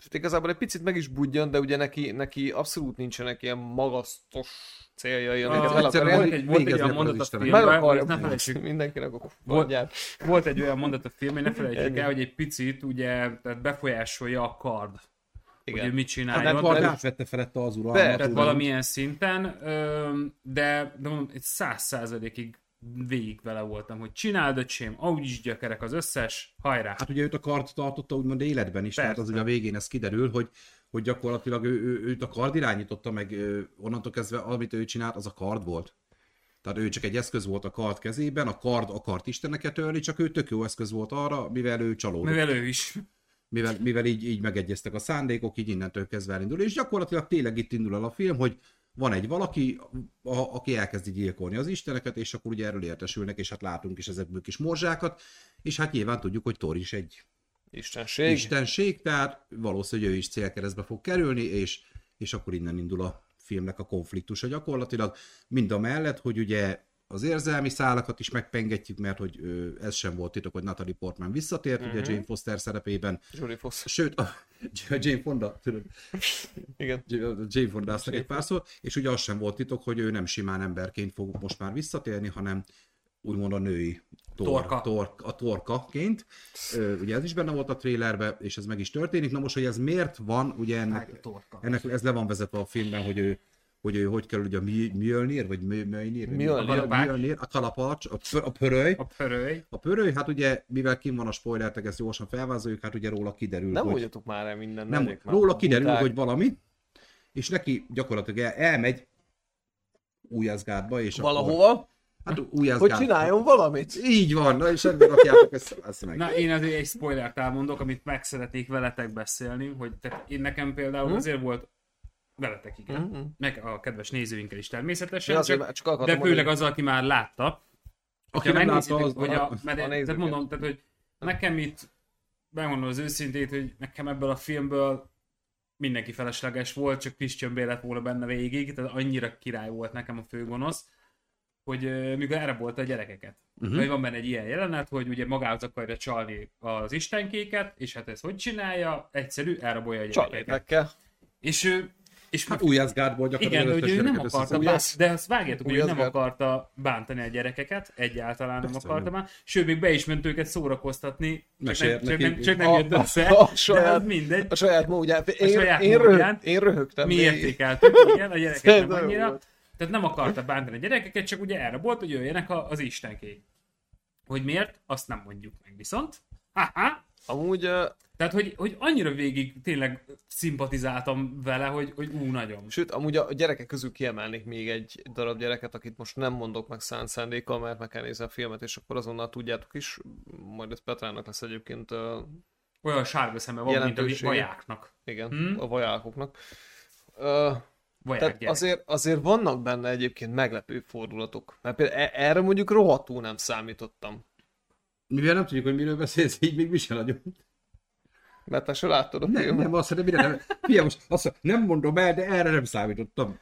S2: igazából egy picit meg is budjon, de ugye neki, neki abszolút nincsenek ilyen magasztos céljai, amiket
S3: Ah,
S2: el akar
S1: egyszerűen
S2: érni.
S3: Volt egy, volt egy
S1: Végezni
S3: olyan
S1: akar az
S3: mondat a
S1: Isten.
S3: filmben,
S2: Meg
S3: hogy
S2: akarja
S3: ne
S2: bújni
S3: felejtsük,
S2: mindenkinek a
S3: Volt-
S2: kukornyát.
S3: volt egy olyan mondat a filmben, ne felejtsük
S2: Ennyi.
S3: el, hogy egy picit ugye tehát befolyásolja a kard, hogy ő mit
S1: Hát
S3: csináljon.
S1: Karl
S3: Tehát-
S1: Marx vette felette az
S2: Persze,
S1: uralmat.
S3: tehát
S1: tudom.
S3: valamilyen szinten, öm, de, de mondom, egy száz százalékig végig vele voltam, hogy csináld öcsém, ahogy is gyakerek az összes, hajrá.
S1: Hát ugye őt a kard tartotta úgymond életben is, tehát
S3: Persze.
S1: az ugye a végén ez kiderül, hogy, hogy gyakorlatilag ő, ő, őt a kard irányította, meg ő, onnantól kezdve amit ő csinált, az a kard volt. Tehát ő csak egy eszköz volt a kard kezében, a kard akart isteneket ölni, csak ő tök jó eszköz volt arra, mivel ő csalódott. Mivel,
S3: Mivel ő is.
S1: mivel, mivel így, így megegyeztek a szándékok, így innentől kezdve elindul. És gyakorlatilag tényleg itt indul el a film, hogy van egy valaki, a, aki elkezdi gyilkolni az isteneket, és akkor ugye erről értesülnek, és hát látunk is ezekből kis morzsákat, és hát nyilván tudjuk, hogy Thor is egy
S2: Istenség.
S1: istenség, tehát valószínűleg ő is célkeresztbe fog kerülni, és, és akkor innen indul a filmnek a konfliktusa gyakorlatilag, mind a mellett, hogy ugye az érzelmi szálakat is megpengetjük, mert hogy ö, ez sem volt titok, hogy Natalie Portman visszatért, uh-huh. ugye Jane Foster szerepében,
S2: Jodie Foster.
S1: sőt, a Jane Fonda, tudod,
S2: Igen.
S1: Jane Fondáztak egy pár szó, és ugye az sem volt titok, hogy ő nem simán emberként fog most már visszatérni, hanem úgymond a női tor,
S3: Torka.
S1: Tor, a torkaként. Ö, Ugye ez is benne volt a trélerbe, és ez meg is történik. Na most, hogy ez miért van, ugye ennek,
S3: Hát,
S1: ennek ez le van vezetve a filmben, hogy ő hogy ő hogy kerül, ugye a Mi- Mjölnir, vagy Mjö- Mjölnir, vagy mi-
S2: Mjölnir.
S1: a Mjölnir, a kalapács, a, pö- a pöröly.
S3: A pöröly.
S1: A pöröly, hát ugye, mivel kim van a spoilertek, ezt gyorsan felvázoljuk, hát ugye róla kiderül,
S2: Nem
S1: hogy...
S2: mondjatok már el mindent.
S1: Nem,
S2: legyek már
S1: róla kiderül,
S2: buták.
S1: hogy valami, és neki gyakorlatilag el, elmegy újászgátba, és Akkor,
S2: Valahova,
S1: hát újászgát.
S2: hogy csináljon valamit.
S1: Így van, na, és ebben rakjátok ezt, ezt meg.
S3: Na, én azért egy spoilert elmondok, amit meg szeretnék veletek beszélni, hogy tehát én nekem például azért volt veletek, igen. Meg a kedves nézőinkkel is természetesen,
S2: Én Hm? azért
S3: Hm? csak,
S2: már csak akartam
S3: de főleg
S2: mondani.
S3: az, aki már látta,
S1: Aki
S3: Ha
S1: nem látta,
S3: megnézitek,
S1: az...
S3: hogy a, mert
S2: a
S3: én- tehát
S2: nézőket.
S3: mondom, tehát, hogy nekem itt, megmondom az őszintét, hogy nekem ebből a filmből mindenki felesleges volt, csak Christian Bale lett volna benne végig, tehát annyira király volt nekem a főgonosz, hogy ö, mikor erre volt a gyerekeket. Uh-huh. Hogy van benne egy ilyen jelenet, hogy ugye magához akarja csalni az istenkéket, és hát ez hogy csinálja? Egyszerű, elrabolja a gyerekeket.
S2: Csalétekkel.
S3: És ő, és
S1: Hát újászgátból gyakorlatilag
S3: igen, de
S1: összes
S3: ugye ő nem
S1: gyereket
S3: akarta,
S1: összeszedte.
S3: bán... de azt vágjátok, hogy ő
S2: Új
S3: nem
S2: Asgard.
S3: akarta bántani a gyerekeket, egyáltalán nem
S1: Persze,
S3: akarta
S1: nem.
S3: már, sőt, még be is ment őket szórakoztatni, csak nem,
S1: Mesélt
S3: csak
S1: nekik.
S3: nem, csak nem
S2: A-
S3: jött
S2: a-
S3: össze,
S2: a
S3: de
S2: saját-
S3: az mindegy,
S2: A saját módján. Én,
S3: saját
S2: én, röhög-
S3: módján.
S2: én röhögtem.
S3: mi
S2: még.
S3: értékeltük, igen, a gyerekeket nem
S2: Szerintem jó
S3: annyira,
S2: volt.
S3: tehát nem akarta bántani a gyerekeket, csak ugye erre volt, hogy jöjjenek a- az istenkék. Hogy miért, azt nem mondjuk meg viszont. Ha-ha,
S2: Amúgy uh,
S3: tehát, hogy, hogy annyira végig tényleg szimpatizáltam vele, hogy, hogy ú, nagyon.
S2: Sőt, amúgy a gyerekek közül kiemelnék még egy darab gyereket, akit most nem mondok meg szánt szándékkal, mert meg kell nézni a filmet, és akkor azonnal tudjátok is. Majd ez Petrának lesz egyébként, uh,
S3: Olyan sárga szeme van, mint a
S2: Jelentősége.
S3: vajáknak.
S2: igen,
S3: Hmm.
S2: a vajákoknak. Uh,
S3: Vaják
S2: tehát
S3: gyerek.
S2: azért, azért vannak benne egyébként meglepő fordulatok. Mert például e- erre mondjuk rohadtul nem számítottam.
S1: Mivel nem tudjuk, hogy miről beszélsz, így még mi sem nagyon.
S2: Mert te se láttad a
S1: Nem,
S2: filmet.
S1: nem, azt mondom, mire nem. Figyelj, most azt mondom, nem mondom el, de erre nem számítottam.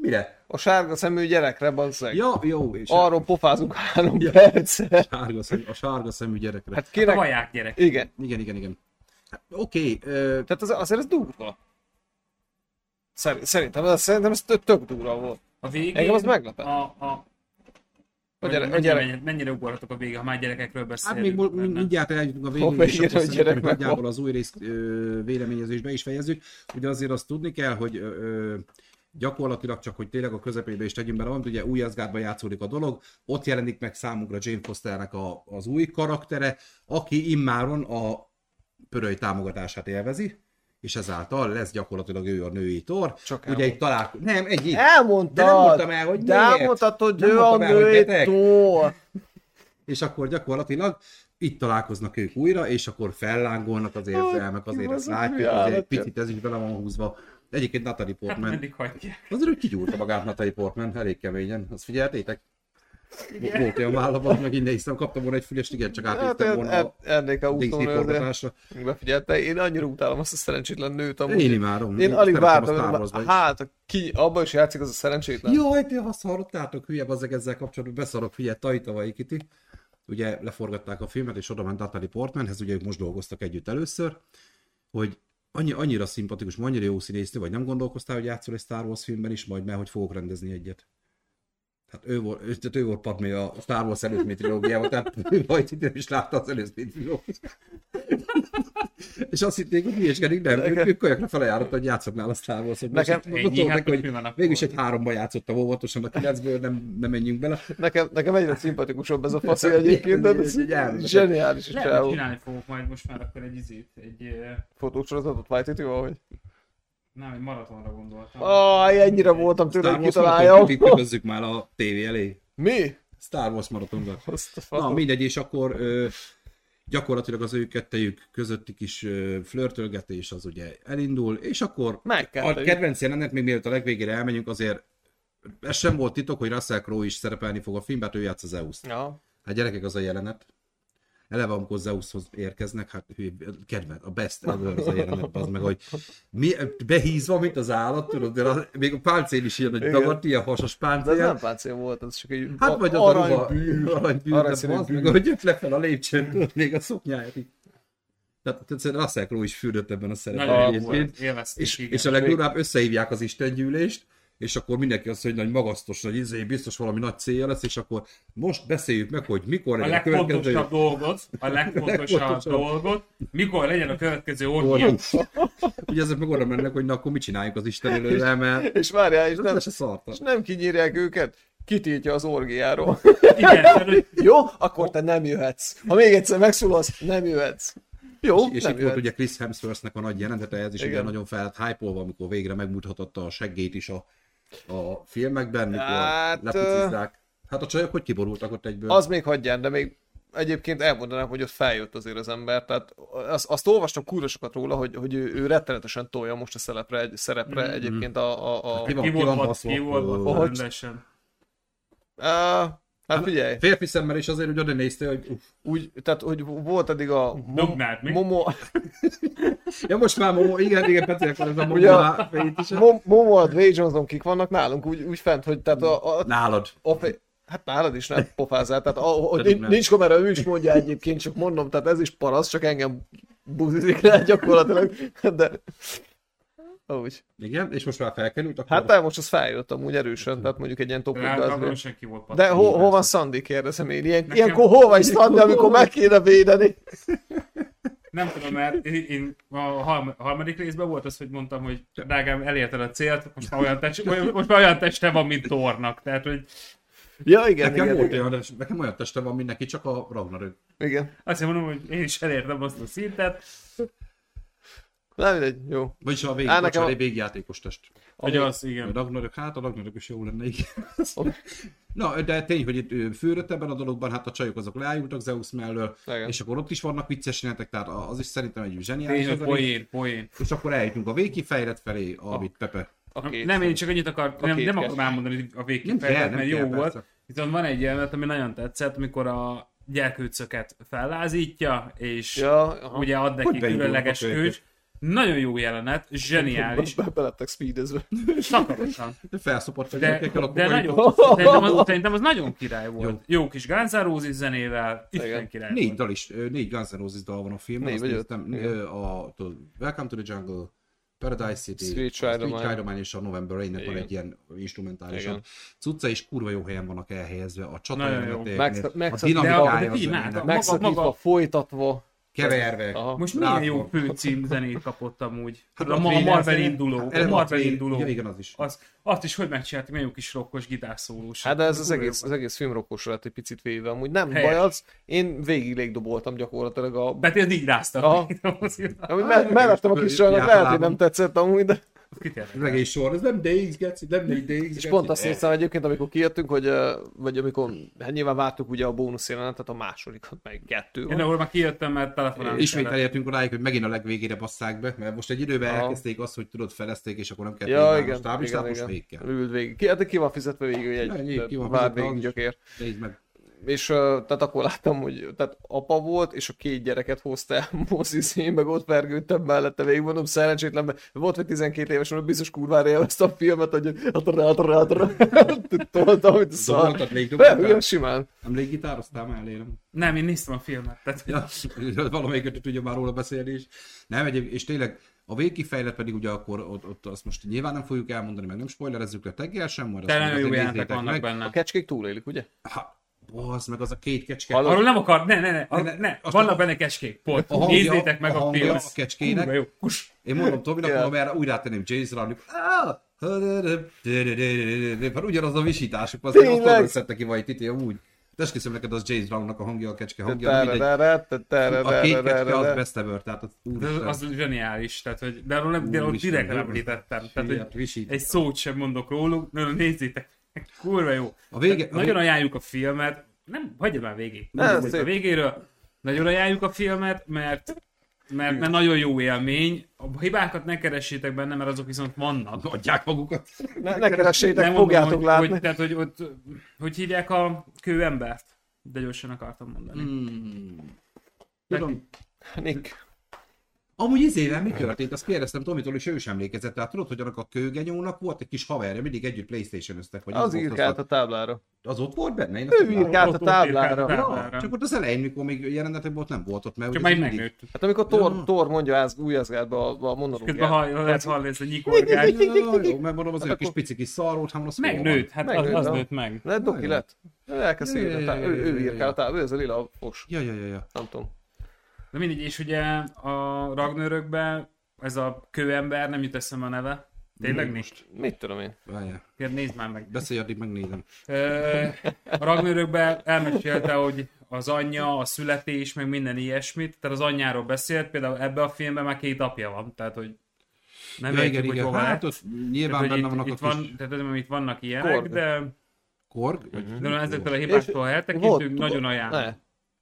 S1: Mire?
S2: A sárga szemű gyerekre, bazzeg.
S1: Ja, jó, és
S2: Arról pofázunk három percet.
S3: Hát
S1: a, sárga szemű, a sárga szemű gyerekre.
S2: Hát
S3: A
S2: kinek...
S3: vaják gyerek.
S2: Igen.
S1: Igen, igen, igen. Hát, Oké, okay,
S2: Tehát az, azért ez durva. Szer- Szerintem, az, szerintem ez tök, tök durva volt.
S3: A végén...
S2: Engem az meglepett.
S3: A, a,
S2: A
S3: a
S2: gyerek- a
S3: gyerek, mennyire,
S2: gyerek-
S3: mennyire, mennyire ugorhatok a végén, ha már gyerekekről
S1: hát
S3: beszélünk.
S1: még mo-
S3: benne.
S1: mindjárt eljutunk a végén,
S2: Hoppa,
S1: és
S2: igen,
S1: akkor
S2: hogy
S1: szerintem
S2: gyerek meg
S1: nagyjából az új rész ö, véleményezésbe is fejezzük. Ugye azért azt tudni kell, hogy ö, ö, gyakorlatilag csak, hogy tényleg a közepébe is tegyünk bele valamit, ugye új Asgardban játszódik a dolog, ott jelenik meg számunkra Jane Fosternek a, az új karaktere, aki immáron a pöröly támogatását élvezi, és ezáltal lesz gyakorlatilag ő a női tor.
S2: Csak
S1: ugye itt talál... Nem, egy itt.
S2: Elmondtad!
S1: De nem mondtam el, hogy
S2: De
S1: miért.
S2: elmondtad, hogy
S1: Nem
S2: ő a
S1: mondtam el, hogy
S2: női
S1: beteg.
S2: tó.
S1: és akkor gyakorlatilag itt találkoznak ők újra, és akkor fellángolnak az érzelmek, azért ezt
S2: kibaszott
S1: látjuk,
S2: hülye
S1: azért egy
S2: állat.
S1: picit ez is bele van húzva. Egyébként Natalie
S3: Hát
S1: Portman,
S3: meddig hagyják.
S1: azért ő kigyúrta magát Natalie Portman, elég keményen, azt figyeltétek? Igen. Volt olyan vállalat, meg innen hiszem, kaptam volna egy fülest, igen, csak
S2: Hát
S1: átértem
S2: én
S1: volna a
S2: en- ennek a
S1: DC
S2: úton azért
S1: forgatásra.
S2: befigyeltem. Én annyira utálom azt a szerencsétlen nőt amúgy.
S1: Én imádom.
S2: Én alig
S1: szeretem a
S2: vártam,
S1: Star
S2: hogy
S1: Wars-ba
S2: már-
S1: is.
S2: hát a ki, abban is játszik az a szerencsétlen.
S1: Jaj, ti hát azt hallottátok, hülye bazzeg ezzel kapcsolatban, beszarok, figyelj, Taita Waititi. Ugye leforgatták a filmet, és oda ment Natalie Portmanhez, ugye ők most dolgoztak együtt először, hogy annyi, annyira szimpatikus, annyira jó színésznő, vagy nem gondolkoztál, hogy játszol egy Star Wars filmben is, majd már, hogy fogok rendezni egyet. Hát ő volt, ő, tehát ő volt Padmé a Star Wars előzmény trilógiában, tehát ő majd nem is látta az előzmény trilógiát. És azt hitték, hogy hülyeskedik, nem, ők, ők olyanra felajánlott, hogy játszok nála a Star Wars-ot. Most
S2: Nekem-
S1: ott gondolták,
S3: hát
S1: hogy
S3: mi van akkor?
S1: végülis egy háromba játszottam óvatosan, a kilencből nem, nem menjünk bele.
S2: Nekem, nekem egyre szimpatikusabb ez a faszi egyébként, de ez
S1: Egy elmebeteg.
S2: zseniális is
S3: Lehet, hogy
S2: csávó.
S3: csinálni fogok majd most már akkor egy izét, egy... ö,
S2: Fotósorozatot Vájtitival, hogy...
S3: Nem, egy maratonra gondoltam.
S2: Aj, ennyire voltam tőle,
S1: Star
S2: hogy
S1: Wars
S2: kitaláljam.
S1: maraton, kitközzük már a tévé elé.
S2: Mi?
S1: Star Wars maratonban.
S2: Azt a
S1: Na,
S2: faszt.
S1: mindegy, és akkor ö, gyakorlatilag az ő kettejük közötti kis ö, flörtölgetés az ugye elindul, és akkor
S2: Meg
S1: a
S2: kell tegyük.
S1: kedvenc jelenet, még mielőtt a legvégére elmenjünk, azért ez sem volt titok, hogy Russell Crowe is szerepelni fog a filmben, hát ő játsz az Zeus-t.
S2: Ja.
S1: Hát gyerekek, az a jelenet. Eleve, amikor Zeushoz érkeznek, hát hű, kedvenc, a best ever az a jelenet, az meg, hogy mi, behízva, mint az állat, tudod, de az, még a páncél is ilyen, hogy
S2: Igen.
S1: dagadt, ilyen hasas
S2: De ez
S1: Hát páncél.
S2: nem páncél volt, ez csak egy
S1: Hát vagy az a ruha,
S2: aranybűr.
S1: aranybűr,
S2: Aranyszínű
S1: de bazd meg,
S2: bűr.
S1: ahogy jött lefel a lépcsőn, tudod, még a szoknyáját így. Tehát tehát Russell Crowe is fürdött ebben a
S3: Nagyon
S1: szerepben
S3: jó
S1: egyébként.
S3: volt, élvezték,
S1: És,
S3: igen.
S1: és a legdurább összehívják az istengyűlést, és akkor mindenki azt mondja, hogy nagy magasztos, nagy izé, biztos valami nagy célja lesz, és akkor most beszéljük meg, hogy mikor
S3: a
S1: legyen a következő
S3: legfontosabb dolgot, a legfontosabb
S1: Legfontosabb.
S3: dolgot, mikor legyen a következő orgia.
S1: orgó. Ugye ezek meg oda mennek, hogy na akkor mit csináljuk az Isten előre, mert
S2: És várjál, és nem,
S1: ez se szarta.
S2: és nem kinyírják őket, kitiltja az orgiáról.
S3: Igen, tehát, hogy
S2: Jó, akkor te nem jöhetsz. Ha még egyszer megszólalsz, nem jöhetsz. Jó,
S1: És
S2: nem
S1: itt volt
S2: jöhetsz.
S1: ugye Chris Hemsworthnek a nagy jelenete, ez is
S2: Igen.
S1: ugye nagyon fel lett hype amikor végre megmutatta a seggét is a, a filmekben, mikor
S2: Hát,
S1: hát, lepucizzák. Hát a csajok hogy kiborultak ott egyből?
S2: Az még hagyján, de még egyébként elmondanám, hogy ott feljött azért az ember. Tehát azt, azt olvastam kurva sokat róla, hogy, hogy ő, ő rettenetesen tolja most a szerepre, egy, szerepre egyébként a... a, a,
S1: Mi
S3: ki
S1: ki
S3: volt ott,
S1: baszva?
S3: ki volt ott
S2: Hogy-
S3: rendesen.
S2: a hát figyelj,
S1: Férfi szemmel is azért, hogy oda néztél, hogy uff.
S2: úgy, tehát hogy volt eddig a...
S3: Dugnád mi?
S2: Momo,
S1: Ja most már, Momo, igen, igen, Peti, akkor ez a
S2: Ugye-
S1: Momo fejét is.
S2: Mo- Momo, Dwayne Johnson, kik vannak nálunk, úgy, úgy fent, hogy tehát a, a,
S1: Nálad.
S2: a fe- hát nálad is nem pofázál, tehát a, hogy
S1: Pedig
S2: nin-
S1: nem.
S2: nincs kamera, ő is mondja egyébként, csak mondom, tehát ez is parasz, csak engem buzizik rá gyakorlatilag, de úgy.
S1: Igen, és most már felkerült, akkor...
S2: Hát de most az feljött amúgy erősen, tehát mondjuk egy ilyen topik, de
S3: Rá,
S2: az
S3: Hát, abban
S2: még-
S3: senki volt
S2: De
S3: pattogó,
S2: ho,
S3: persze.
S2: hol van Szandi, kérdezem én, ilyen,
S3: Nekem-
S2: ilyenkor hol van Szandi, amikor meg kéne védeni?
S3: Nem tudom, mert én, én a harm- harmadik részben volt az, hogy mondtam, hogy drágám, elérted a célt, most már olyan, test, olyan, most már olyan teste van, mint Tornak. Tehát, hogy
S2: Ja, igen,
S1: Nekem,
S2: igen,
S1: volt
S2: igen,
S1: olyan, nekem olyan teste van, mint neki, csak a Ragnarök.
S2: igen.
S3: azt mondom, hogy én is elértem azt a szintet,
S2: Nem mindegy, jó.
S1: Vagyis a vég,
S2: Á, nekem
S1: bocsánat,
S2: a-
S1: egy végjátékos test.
S3: hogy az, igen.
S1: A Ragnarök, hát a Ragnarök is jó lenne, igen. Na, de tény, hogy itt ő főrött ebben a dologban, hát a csajok azok leájultak Zeus mellől,
S2: Igen.
S1: és akkor ott is vannak vicces jelenetek, tehát az is szerintem egy zseniális.
S3: Tényleg
S1: ötlet.
S3: poén, Ah. poén.
S1: És akkor eljutunk a végkifejlett felé, amit Pepe.
S2: Oké.
S3: Nem, én csak annyit akar, nem,
S2: két
S3: nem
S2: kell.
S3: akarom elmondani a
S1: Nem kell,
S3: végkifejlet,
S1: nem
S3: mert
S1: kell,
S3: jó volt.
S1: persze.
S3: Viszont van egy jelenet, ami nagyon tetszett, mikor a gyerkőcöket fellázítja, és
S2: Ja, aha.
S3: ugye ad
S1: Hogy
S3: neki
S1: beindulnak
S3: különleges
S1: a kölykök?
S3: kőt, Nagyon jó jelenet, zseniális,
S2: Be- Belettek speedezve.
S3: szakarosan.
S1: Felszopott a
S3: De,
S1: gyerekekkel a
S3: de nagyon, szerintem, az, szerintem az nagyon király volt. Jó, kis gánzárózi zenével, Isten
S2: Igen.
S3: király
S1: Négy
S3: volt.
S1: dal is, ö, négy Guns N' Roses dal van a filmben.
S2: Négy
S1: Négy,
S2: vagy
S1: azt
S2: öt?
S1: néztem,
S2: Igen.
S1: ö, a, tudod, Welcome to the Jungle, Paradise City,
S2: Sweet Child O' Mine.
S1: Child O' Mine és a November Rain-nek van
S2: Igen.
S1: egy ilyen instrumentális
S2: Igen.
S1: cucca, és kurva jó helyen vannak elhelyezve, a csata
S3: Nagyon jó.
S1: jeleneteknél,
S2: Megsz-
S1: a
S2: megsz-
S3: de a- de
S1: dinamikája, az
S3: figyelj,
S1: zenének,
S3: hát a-
S2: Megszakítva,
S3: Maga- maga-
S2: folytatva.
S1: keverve.
S2: Aha.
S3: Most milyen
S1: Rákon.
S3: jó főcím zenét kapott amúgy.
S1: Hát
S3: Hát
S1: a
S3: a, ma- a
S1: thriller
S3: Marvel
S1: zenét-
S3: induló, a
S1: Eleve a
S3: Marvel
S1: tré-
S3: induló.
S1: Ja, igen, az is.
S3: Az, azt is hogy megcsinálták, milyen jó kis rokkos gitárszólós.
S2: Hát de ez az
S3: Kurva jó
S2: egész, az
S3: volt.
S2: egész filmrokkos lett egy picit véve, amúgy nem
S3: Helyes.
S2: baj az, én végig légdoboltam gyakorlatilag a...
S3: De tényleg így ráztak.
S2: Aha. Ami me- mellettem a kis sajnak, lehet, hogy nem tetszett amúgy, de...
S3: Kitérnek.
S1: Az egész sor, ez nem DX, geci, nem négy DX,
S2: És
S1: geci.
S2: pont azt hiszem egyébként, amikor kijöttünk, hogy, ö, vagy amikor, hát nyilván vártuk ugye a bónusz jelenetet, a másodikat, meg kettő
S3: Én
S2: van.
S3: ahol már kijöttem, mert telefonálni
S1: Ismét
S3: kellett.
S1: elértünk odáig, hogy megint a legvégére basszák be, mert most egy időben
S2: Aha.
S1: elkezdték azt, hogy tudod, felezték, és akkor nem kell
S2: Ja,
S1: a
S2: igen,
S1: stáblistát,
S2: igen,
S1: most még
S2: igen.
S1: kell.
S2: Ült végig. Ki, hát ki van fizetve végül
S1: Ennyi, ki
S2: egy
S1: van
S2: vár
S1: fizetve,
S2: végig
S1: az is.
S2: gyökér.
S1: Nézd meg.
S2: És ö, tehát akkor láttam, hogy tehát apa volt, és a két gyereket hozta el mozis, én meg ott vergődtem mellette végig, mondom, szerencsétlen, mert volt vagy 12 éves, mondom, biztos kurvára élvezte a filmet, hogy atarra, atarra, atarra, toltam, hogy szar.
S1: Doboltad Szóval még
S2: De, ugye,
S1: doboltad?
S2: Szóval- simán.
S1: Nem léggitároztál már elérem.
S3: Nem, én néztem a filmet. Tehát
S1: Ja, valamelyiket tudja már róla beszélni is. Nem, egyéb, és tényleg a végkifejlet pedig ugye akkor ott, ott, azt most nyilván nem fogjuk elmondani, meg nem spoilerezzük le teggel sem, majd
S3: de
S1: azt
S3: nagyon
S1: mondjuk,
S3: jó
S1: azért
S3: jelentek
S1: nézzétek
S3: vannak
S1: meg.
S2: A
S3: benne.
S2: kecskék túlélik, ugye?
S1: Ha, az meg az a két kecske.
S2: Hallod?
S3: Arról nem akar, ne, ne, ne,
S1: Ne, ne,
S3: ne, ne, ne.
S1: azt
S3: vannak
S1: a-
S3: benne kecskék, pont.
S1: a hangja-
S3: Nézzétek meg
S1: a
S3: a,
S1: hangja
S3: filmet.
S1: a kecskének.
S3: Kurva Jó. Kus.
S1: Én mondom Tominak,
S2: Ja.
S1: yeah. mert úgy ráteném James Rand, mert ugyanaz a visításuk, az
S2: Tényleg?
S1: ott összette ki vagy titi, amúgy. Tesküszöm neked, az James Brownnak a hangja, a kecske hangja, mindegy. A két kecske az bestevör, tehát az
S3: De az,
S1: úristen.
S3: az zseniális, tehát hogy, de arról nem, de arról
S1: Úristen,
S3: direkt nem
S1: de-
S3: említettem. Tehát,
S1: Fiat,
S3: hogy
S1: visít.
S3: egy szót sem mondok róluk, de nézzétek meg, kurva jó.
S1: A vége-
S3: Tehát
S1: a
S3: nagyon
S1: vége-
S3: ajánljuk a filmet, nem, hagyja már végig.
S2: Ne,
S3: Nem,
S2: szép.
S3: a végéről nagyon ajánljuk a filmet, mert mert, mert nagyon jó élmény. A hibákat ne keressétek benne, mert azok viszont vannak.
S1: Adják magukat.
S2: Ne, ne keressétek,
S3: Nem mondom,
S2: fogjátok
S3: hogy,
S2: látni.
S3: Hogy, tehát, hogy, ott, hogy hívják a kőembert? De gyorsan akartam
S1: Mm.
S3: mondani.
S1: Tudom.
S2: Nick.
S1: Amúgy izével mi történt? Azt kérdeztem Tomitól, és ő is emlékezett. Tehát tudod, hogy annak a kőgenyónak volt egy kis haverja, mindig együtt Playstation öztek. Vagy
S2: Az
S1: volt
S2: írkált
S1: az,
S2: a táblára.
S1: az ott volt benne? Én
S2: Ő
S1: azt nem
S2: írkált a
S3: Ott- ott írkált a
S2: táblára.
S3: táblára.
S1: Ja, csak ott az elején, mikor még jelenetek volt, nem volt ott, mert...
S3: Csak
S1: ugye
S3: majd
S1: mindig-
S3: megnőtt.
S2: Hát amikor Thor, Thor mondja az új Asgardba a, a
S3: Közben
S2: monológiát.
S3: hall, lehet hallani ezt a nyikorgást.
S1: Ja, ja, jó, Mert mondom, az
S2: Hát
S1: olyan kis
S2: akkor-
S1: pici kis szarrót, hanem az
S3: Megnőtt, hát
S2: Megnőtt,
S3: az, az
S2: nem?
S3: nőtt meg.
S2: Lehet Doki
S1: Nagyon.
S2: lett. Ő elkezd
S1: Jaj,
S2: írni, a tá-
S1: jaj,
S2: ő,
S1: jaj,
S2: ő
S1: jaj,
S2: írkál a táv, ő ez a lila fos.
S1: Ja, ja, ja, ja.
S2: Nem tudom.
S3: De mindegy, és ugye a Ragnarökben ez a kőember, nem jut eszem a neve. Tényleg
S1: Mi
S3: nincs.
S2: Mit tudom én.
S1: Várjál,
S3: Kérd, nézd már meg.
S1: beszélj, addig megnézem.
S3: Ö, A Ragnarökben elmesélte, hogy az anyja, a születés, meg minden ilyesmit. Tehát az anyjáról beszélt, például ebbe a filmben már két apja van. Tehát, hogy nem
S1: ja,
S3: értjük,
S1: igen,
S3: hogy
S1: igen.
S3: hova
S1: Hát
S3: lett.
S1: ott nyilván
S3: Tehát, hogy
S1: benne
S3: itt,
S1: vannak a
S3: itt,
S1: kis
S3: van, tehát, nem, itt vannak ilyenek,
S2: Korg.
S3: de,
S1: korg. vagy-
S3: de ezektől a
S2: És
S3: hibáktól eltekintünk, nagyon ajánlom.
S2: Ne.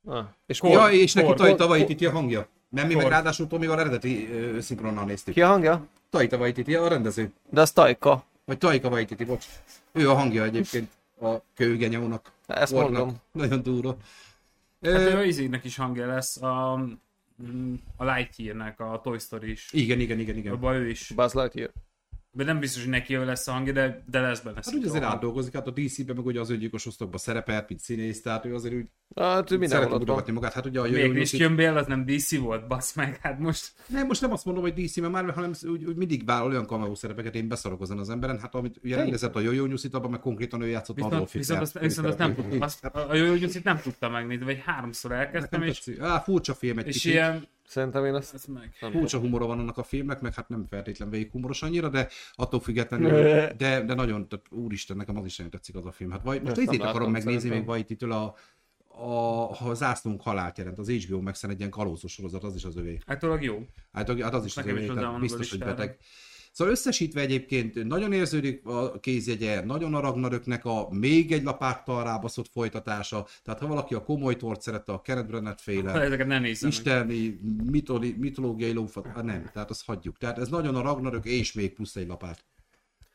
S2: Ah, és
S3: Kor-
S2: ki,
S1: Ja,
S2: a,
S1: és neki
S3: Korg.
S1: Taj
S2: Korg.
S1: Tavaititi a hangja. Nem, mi meg
S3: Korg.
S1: ráadásul Tomival eredeti ö, szinkronnal néztük.
S2: ki a hangja?
S1: Taj Tavaititi a rendező.
S2: De az Tajka.
S1: Vagy Tajka Waititi, bocs. Ő a hangja egyébként a kőgenyónak.
S2: Ezt
S1: Korgnak.
S2: mondom.
S1: Nagyon durva.
S3: Hát
S1: Ö,
S3: ő izének is hangja lesz, a, mm, a Lightyear-nek, a Toy Story is.
S1: igen, igen, igen, igen.
S3: Abban ő is.
S2: Buzz Lightyear.
S3: De nem biztos, hogy neki ő lesz a hangja, de, de lesz benne.
S1: Hát ugye azért átdolgozik, hát a DC-ben meg ugye az öngyilkos osztokban szerepelt, mint színész, tehát ő azért úgy
S2: Hát ő
S1: szereti
S2: mindenhol ott van.
S1: mutogatni magát. Hát ugye a jövő
S3: Mégis jön Bale, az nem DC volt, basz meg, hát most.
S1: Nem, most nem azt mondom, hogy DC, mert már, hanem úgy, úgy mindig vállal olyan cameo szerepeket, én beszarok azon az emberen, hát amit ugye rendezett a Jojo Newsit, abban meg konkrétan ő játszott
S3: Viszont,
S1: Adolf
S3: viszont,
S1: Hitler.
S3: azt, viszont azt nem tudtam, azt, a jó győzit nem tudtam megnézni, vagy háromszor elkezdtem,
S1: Nekem
S3: és,
S1: tetszik. Á, furcsa film egy
S3: és
S1: kicsit.
S3: ilyen,
S2: Szerintem én ezt
S3: ez meg.
S1: Furcsa humora van annak a filmnek, meg hát nem feltétlen végig humoros annyira, de attól függetlenül, de, de nagyon, tehát, úristen, nekem az is nagyon tetszik az a film. Hát vaj, most
S2: Ezt nem
S1: itt akarom
S2: láttam,
S1: megnézni még
S2: szerintem.
S1: Vajtitől a, a, ha az ászlónk halált jelent, az HBO Maxen egy ilyen kalózos sorozat, az is az övé.
S3: Általában jó.
S1: Hát, hát az is az
S3: Nekem is
S1: övé,
S3: hozzá
S1: tehát
S3: van
S1: biztos,
S3: az a
S1: hogy
S3: listára.
S1: beteg. Szóval összesítve egyébként nagyon érződik a kézjegye, nagyon a Ragnaröknek a még egy lapáttal rábaszott folytatása, tehát ha valaki a komoly tort szerette, a Kenneth Branagh féle,
S3: Hát Ezeket nem nézem. meg.
S1: isteni hát mitoli, mitológiai lófat, ah, nem, tehát azt hagyjuk. Tehát ez nagyon a Ragnarök és még plusz egy lapát.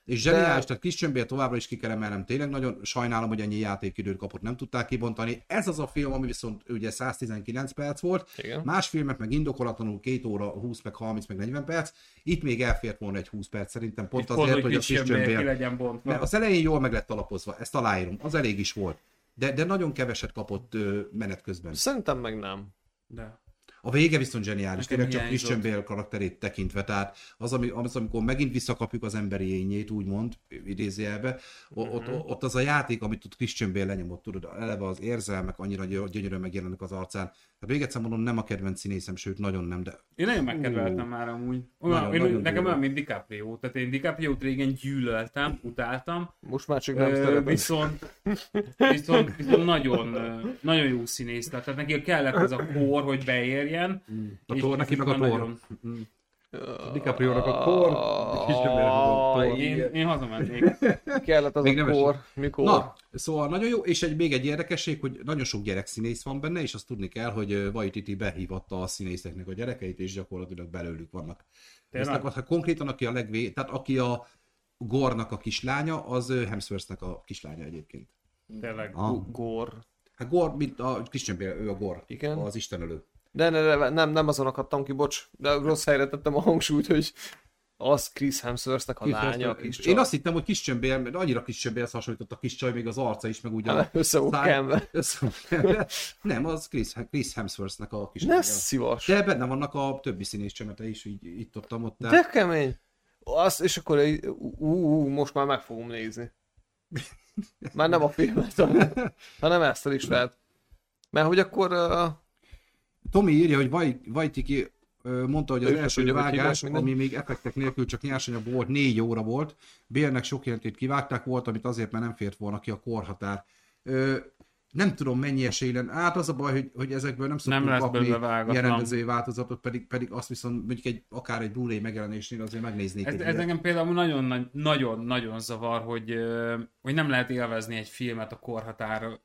S1: És zseniális, de... tehát Christian továbbra is ki kell emelnem, tényleg nagyon sajnálom, hogy ennyi játékidőt kapott, nem tudták kibontani. Ez az a film, ami viszont ugye 119 perc volt,
S4: Igen.
S1: más filmek meg indokolatlanul 2 óra, 20 meg 30 meg 40 perc, itt még elfért volna egy 20 perc szerintem, pont
S3: Itt
S1: azért,
S3: pont,
S1: hogy a Christian
S3: Bale ki
S1: Bale...
S3: legyen bontva.
S1: Mert az elején jól meg lett alapozva, ezt aláírom, az elég is volt. De, de nagyon keveset kapott ö, menet közben.
S4: Szerintem meg nem.
S3: De.
S1: A vége viszont zseniális,
S3: Nekem
S1: tényleg csak
S3: hiányzott.
S1: Christian Bale karakterét tekintve, tehát az, ami, az amikor megint visszakapjuk az emberi ényét, úgymond, idézőjelbe, o- ott, mm-hmm. ott az a játék, amit ott Christian Bale lenyomott, tudod, eleve az érzelmek annyira gy- gyönyörűen megjelennek az arcán. Hát még egyszer mondom, nem a kedvenc színészem, sőt, nagyon nem, de
S3: Én nagyon megkedveltem már amúgy. Olyan,
S1: Nagyon,
S3: én,
S1: nagyon
S3: nekem
S1: durva.
S3: olyan, mint DiCaprio. Tehát én DiCaprio-t régen gyűlöltem, utáltam,
S4: Most már csak nem
S3: Ö,
S4: szeretem.
S3: viszont, viszont, viszont nagyon, ö, nagyon jó színész lett. Tehát neki kellett ez a kor, hogy beérjen.
S1: Mm. a
S3: és-
S1: tor,
S3: és
S1: neki meg a
S3: most már
S1: tor.
S3: nagyon-
S1: DiCaprio-nak a kor, Christian Bale-nak a tor.
S3: Én, én hazamennék.
S4: Kellett az
S1: Még
S4: a
S1: nem
S4: kor, mikor.
S1: Na, szóval nagyon jó, és egy, még egy érdekesség, hogy nagyon sok gyerekszínész van benne, és azt tudni kell, hogy ö, Vajtiti behívatta a színészeknek a gyerekeit, és gyakorlatilag belőlük vannak.
S3: Tényleg?
S1: Aztán, ha konkrétan, aki a legvé... tehát aki a Gornak a kislánya, az ö, Hemsworthnek a kislánya egyébként.
S3: Tényleg.
S1: A,
S4: Gor.
S1: hát Gor, mint a Christian Bale, ő a Gor,
S4: Igen.
S1: az istenelő.
S4: De ne, ne, nem, nem azon akadtam ki, bocs. De rossz helyre tettem a hangsúlyt, hogy az Chris Hemsworthnek a lánya, a kis
S1: Én azt hittem, hogy Christian Bale, mert annyira Christian Bale hasonlított a kis csaj, még az arca is, meg ugye a
S4: Hát, össze volt
S1: száj-
S4: kenve.
S1: össze volt kenve. Nem, az Chris, Chris Hemsworthnek a kis
S4: Ne szívas.
S1: De benne vannak a többi színés csemete is, így itt ott, ott
S4: De kemény. Azt, és akkor egy- ú, ú, ú, most már meg fogom nézni. Már nem a filmet, hanem, hanem ezt a listát. Mert hogy akkor uh,
S1: Tomi írja, hogy Vaj, Vajtiki ö, mondta, hogy az
S4: Ő is
S1: első
S4: ugye, hogy
S1: vágás,
S4: hívják minden?
S1: ami még effektek nélkül csak nyersanyag volt, négy óra volt. Bélnek sok jelentét kivágták, volt, amit azért, mert nem fért volna ki a korhatár. Ö, nem tudom mennyi esélyen. Hát az a baj, hogy, hogy ezekből nem szoktunk
S3: Nem lesz
S1: kapni
S3: belőle vágatlan.
S1: jelentezői változatot, pedig, pedig azt viszont mondjuk egy, akár egy Blu-ray megjelenésnél azért megnéznék.
S3: Ez,
S1: egy
S3: ez
S1: ilyet.
S3: engem például nagyon- nagyon-nagyon zavar, hogy, ö, hogy nem lehet élvezni egy filmet a korhatáros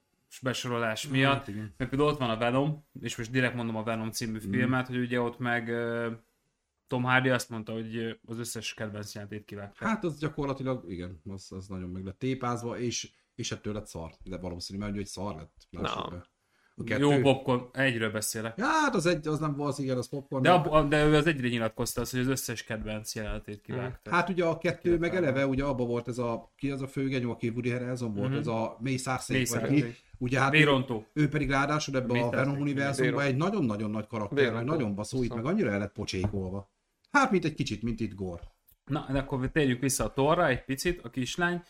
S3: besorolás miatt.
S1: Hát igen. Mm.
S3: Mert például ott van a Venom, és most direkt mondom a Venom című filmet, hogy ugye ott meg ö, Tom Hardy azt mondta, hogy ö, az összes kedvenc jelentét kivágták.
S1: Hát az gyakorlatilag, igen, az, az nagyon meg lett tépázva, és, és ettől lett szar. De valószínű, mert ugye, hogy szar lett.
S4: Na.
S1: Lássuk be. A kettő.
S3: Jó, popcorn, egyről beszélek.
S1: Ja, hát az egy, az nem volt, igen, az popcorn.
S3: De, ab, de ő az egyre nyilatkozta azt, hogy az összes kedvenc jelenetét kivágták.
S1: Hát ugye a kettő meg eleve, ugye abba volt ez a, ki az a főgenyó, aki Woody Harrelson volt, ez a May Sarszék, vagy
S3: Sarszék.
S1: ki, ugye hát
S3: Vérontó.
S1: ő pedig ráadásul ebbe a
S3: Mészászék.
S1: Venom univerzumban
S4: Vérontó.
S1: egy nagyon-nagyon nagy karakter, meg
S4: Vérontó.
S1: nagyon baszó, itt meg annyira el lett pocsékolva. Hát, mint egy kicsit, mint itt Gor.
S3: Na, de akkor térjünk vissza a torra egy picit, a kislány.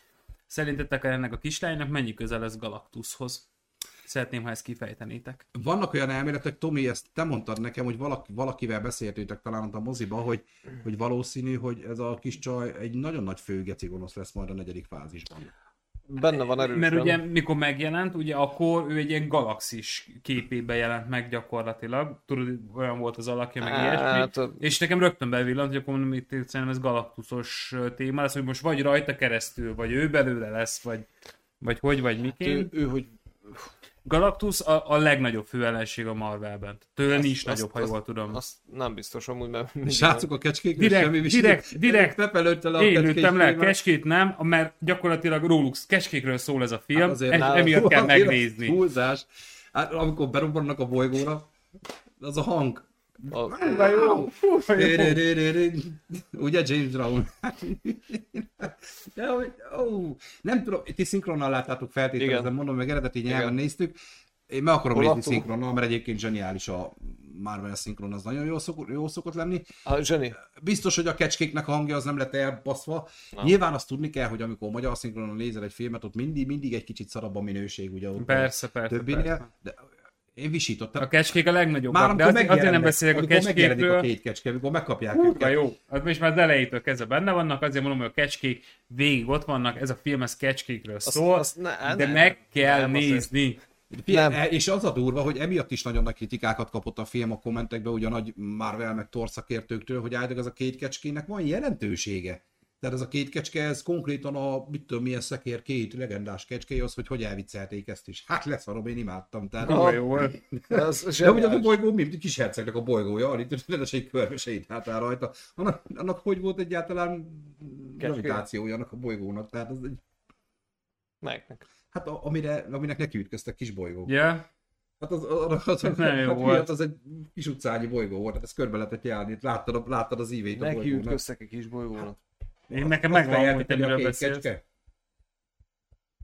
S3: Szerintetek ennek a kislánynak mennyi köze lesz Galactushoz? Szeretném, ha ezt kifejtenétek.
S1: Vannak olyan elméletek, Tomi, ezt te mondtad nekem, hogy valaki, valakivel beszéltétek talán ott a moziba, hogy, hogy valószínű, hogy ez a kis csaj egy nagyon nagy főgeci gonosz lesz majd a negyedik fázisban.
S4: benne van erősen.
S3: Mert ugye, mikor megjelent, ugye akkor ő egy ilyen galaxis képébe jelent meg gyakorlatilag. Tudod, olyan volt az alakja, meg
S4: Hát,
S3: ilyesmi. És nekem rögtön bevillant, hogy akkor mondom, itt szerintem ez galaktuszos ö, téma lesz, hogy most vagy rajta keresztül, vagy ő belőle lesz, vagy, vagy hogy, vagy
S4: ő,
S3: miként.
S4: ő, hogy
S3: Galactus a, a legnagyobb főellenség a Marvelben. Tőle nincs nagyobb, ha
S4: azt-
S3: jól tudom.
S4: azt nem biztos amúgy, mert mindig-
S1: Srácok, a kecskék
S3: Direkt,
S1: semmi
S3: direkt, direkt.
S1: Pepelődte le a
S3: Én
S1: kecskék
S3: nőttem le,
S1: filmet.
S3: keskét nem, mert gyakorlatilag róluk kecskékről szól ez a film,
S1: Hát
S3: hát
S1: azért
S3: ez,
S1: nálam-
S3: emiatt kell
S1: azért az
S3: megnézni.
S1: Túlzás. Hát amikor berobbannak a bolygóra, az a hang.
S4: a,
S1: Kurva jó. Ré-ré-ré-ré-ré. Ugye James Brown? De, hogy, ó, nem tudom, ti szinkronnal láttátok feltételezem,
S4: Igen.
S1: mondom, meg eredeti nyelven
S4: Igen.
S1: néztük. Én meg akarom
S4: Olaszul.
S1: nézni szinkronnal, mert egyébként zseniális a Marvel szinkron, az nagyon jó, szokott, jó szokott lenni
S4: a Zseni,
S1: biztos, hogy a kecskéknek a hangja az nem lett elbaszva.
S4: Nem.
S1: Nyilván azt tudni kell, hogy amikor magyar szinkronon nézel egy filmet, ott mindig, mindig egy kicsit szarabb a minőség, ugye ott
S3: Persze, persze,
S1: többinél,
S3: persze.
S1: de én visítottam.
S3: A kecskék a legnagyobb.
S1: Már
S3: de
S1: amikor
S3: azért, azért nem
S1: megjelennek,
S3: beszélek a
S1: amikor megjelenik a
S3: kecskékről.
S1: két kecske, amikor megkapják
S3: Kurva
S1: őket.
S3: jó. Hát most már az elejétől kezdve benne vannak, azért mondom, hogy a kecskék végig ott vannak, ez a film, ez kecskékről szól,
S4: azt ne-
S3: de
S4: ne-
S3: meg kell
S4: nem, azért.
S3: nézni.
S1: Figyelj,
S4: Nem.
S1: e- És az a durva, hogy emiatt is nagyon nagy kritikákat kapott a film a kommentekben, ugye a nagy Marvel meg Thor szakértőktől, hogy állítólag az a két kecskének van jelentősége. Tehát ez a két kecske, ez konkrétan a mit tudom milyen szekér két legendás kecskéje az, hogy hogy elviccelték ezt is. Hát leszarom, én imádtam.
S4: Hát
S1: Tehát
S3: Kurva jó volt.
S4: az
S1: De ugye az a
S4: zseniális.
S1: bolygó, mint kis hercegnek a bolygója, alig rendes egy körbe se itt hátál rajta. Annak, annak hogy volt egyáltalán gravitációja annak a bolygónak, tehát az egy,
S2: Melyiknek?
S1: hát a, amire, aminek nekiütköztek kis bolygók.
S3: Ja?
S1: Hát az, az, az, az,
S3: nagyon jó
S1: hát
S3: volt.
S1: miatt az egy kis utcányi bolygó volt, hát ezt körbe lehetett járni, itt láttad, a- láttad az ívét a
S2: Neki
S1: bolygónak.
S2: ütköztek egy kis bolygónak.
S3: Én nekem
S1: Azt
S3: megvan, hogy
S1: fejeltek,
S3: te
S1: a
S3: miről
S1: kék
S3: beszélsz.
S1: kecske.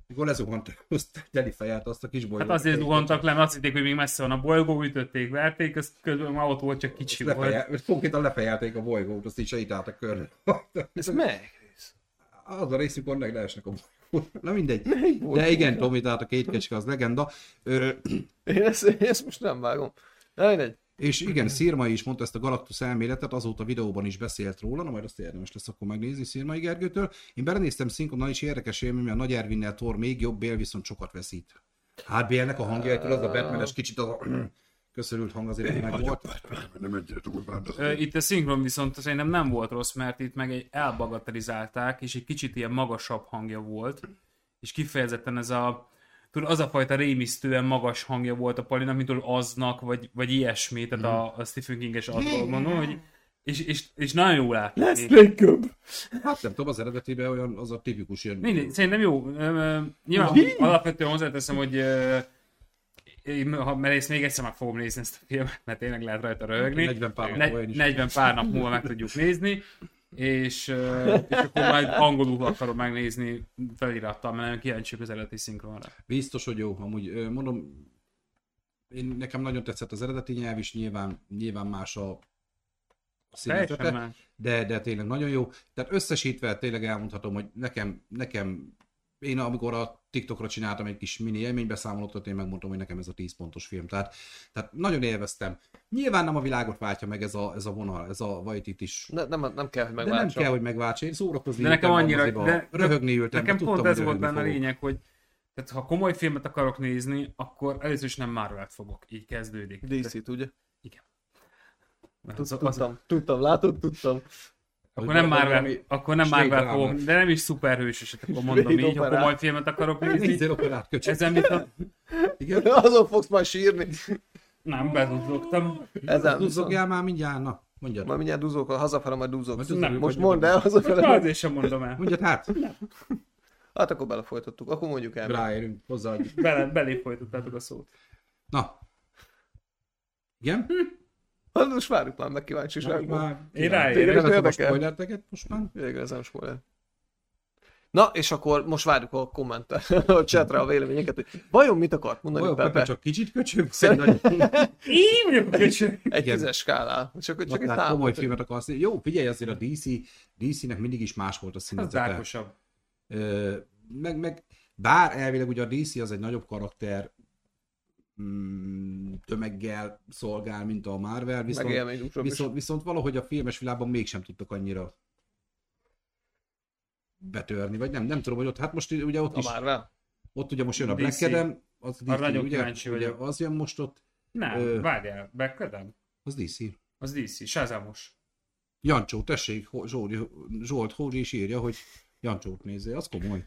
S1: Mikor lezuhantak, azt teli fejelt azt a kis bolygót.
S3: Hát azért dugontak le, mert azt hitték, hogy még messze van a bolygó, ütötték, verték, ez közben már ott volt, csak kicsi volt.
S1: Lefejel, konkrétan lefejelték a bolygót, azt így sétáltak körül.
S2: Ez melyik rész?
S1: az a részük, ahol meg leesnek a bolygót. Na mindegy.
S2: Melyik
S1: De
S2: bolygó?
S1: igen, Tomi, tehát a két kecske az legenda. Ö,
S2: Én ezt, én ezt most nem vágom. Na, mindegy.
S1: és igen, Szirmai is mondta ezt a Galactus elméletet, azóta videóban is beszélt róla, na majd azt érdemes lesz akkor megnézni Szirmai Gergőtől. Én belenéztem szinkonnal is érdekes élmény, mert Nagy Ervinnel Thor még jobb, Bél viszont sokat veszít. Hát Bélnek a hangjaitól az a Batmanes kicsit az a köszörült hang azért meg volt.
S5: nem egyet durván, de
S3: Ö, Itt a szinkron viszont szerintem nem volt rossz, mert itt meg egy elbagatelizálták, és egy kicsit ilyen magasabb hangja volt, és kifejezetten ez a tudod, az a fajta rémisztően magas hangja volt a Palinak, mint tudod, aznak, vagy, vagy ilyesmi, tehát a, a Stephen King-es azt mondom, hogy és, és, és nagyon jól látni.
S2: Jacob!
S1: Hát nem tudom, az eredetiben olyan az a tipikus ilyen.
S3: Mindegy, szerintem jó. Ö, ö, Nyilván alapvetően hozzáteszem, hogy ö, én, ha merész, még egyszer meg fogom nézni ezt a filmet, mert tényleg lehet rajta röhögni.
S1: 40 pár nap
S3: Ne-
S1: múlva én is.
S3: 40 pár nap múlva meg tudjuk nézni, és, ö, és akkor majd angolul akarom megnézni felirattal, mert nagyon kíváncsi vagyok az eredeti szinkronra.
S1: Biztos, hogy jó, amúgy ö, mondom, én, nekem nagyon tetszett az eredeti nyelv is, nyilván, nyilván más a a
S3: Teljesen
S1: színezete,
S3: más.
S1: de, de tényleg nagyon jó. Tehát összesítve tényleg elmondhatom, hogy nekem, nekem én amikor a TikTokra csináltam egy kis mini élménybeszámolót, ott én megmondtam, hogy nekem ez a 10 pontos film. Tehát, tehát nagyon élveztem. Nyilván nem a világot váltja meg ez a, ez a vonal, ez a vajtit is.
S2: Ne, nem, nem kell, hogy
S1: De nem
S2: megváltsa.
S1: kell, hogy megváltsa. Én szórakozni
S3: De nekem
S1: ültem a
S3: annyira,
S1: moziba,
S3: de,
S1: röhögni ültem.
S3: nekem
S1: tudtam,
S3: pont
S1: hogy
S3: ez volt
S1: röhögni
S3: benne a
S1: fogok.
S3: lényeg, hogy tehát ha komoly filmet akarok nézni, akkor először is nem Marvel-t fogok, így kezdődik.
S2: DC-t, ugye?
S3: Mert az- az-
S2: Tudtam, tudtam, látod, tudtam.
S3: Akkor nem
S1: Valami-
S3: Marvel, akkor nem
S1: svéd
S3: Marvel
S1: dráma.
S3: fogom, de nem is szuperhősös, akkor mondom
S2: Svéd
S3: így, ha
S2: operát.
S3: komoly filmet akarok nézni.
S1: Nézzél operát, köcsög.
S3: Ezen viszont
S1: Igen.
S2: Azon fogsz már sírni.
S3: nem bezudlogtam.
S2: Ezen viszont.
S1: Duzzogjál már mindjárt, na, mondjad.
S2: Már mindjárt dúzok, ha hazafele majd dúzok.
S1: Majd dúzogjuk,
S2: Most
S1: hogy
S2: mondd el hazafele.
S3: Azért sem mondom el.
S1: Mondjad hát,
S2: Hát akkor belefolytottuk, akkor mondjuk el.
S1: ráérünk, hozzáadjuk.
S3: Bele, belé folytottátok a szót.
S1: Na. Igen?
S2: Hát most várjuk már, meg kíváncsiságban.
S1: Már
S3: Én ráérek.
S1: Tényleg
S2: Érdekel.
S1: nem a spoilerteket most már.
S2: Végre ez nem spoiler. Na, és akkor most várjuk a kommentet, a chatra a véleményeket, hogy vajon mit akart mondani
S1: Olyan
S2: Pepe?
S1: Pepe csak kicsit köcsög, szerintem
S3: Én vagyok a köcsög.
S2: Egy
S1: igen.
S2: tízes skálán. Csak, csak egy
S1: tehát
S2: támot.
S1: hát komoly filmet akarsz. nézni. Jó, figyelj, azért a DC, DC-nek mindig is más volt a
S3: Az
S2: Hát
S1: színezete.
S3: dárkosabb.
S1: Ö, meg, meg bár elvileg ugye a DC az egy nagyobb karakter mm, tömeggel szolgál, mint a Marvel, viszont
S2: Megélmény útra
S1: Viszont, viszont valahogy a filmes világban mégsem tudtak annyira betörni, vagy nem, nem tudom, hogy ott, hát most ugye ott
S2: A
S1: is,
S2: Marvel.
S1: ott ugye most jön a
S3: DC.
S1: Black Adam, az DC,
S3: Arra nagyon
S1: ugye,
S3: kíváncsi
S1: ugye,
S3: vagyok.
S1: az jön most ott, Ö.
S3: Nem, várjál, bekedem.
S1: az DC.
S3: Az DC, sázámos.
S1: Jancsó, tessék, Ho- Zsóri, Zsolt Hóri is írja, hogy Jancsót nézzél, az komoly.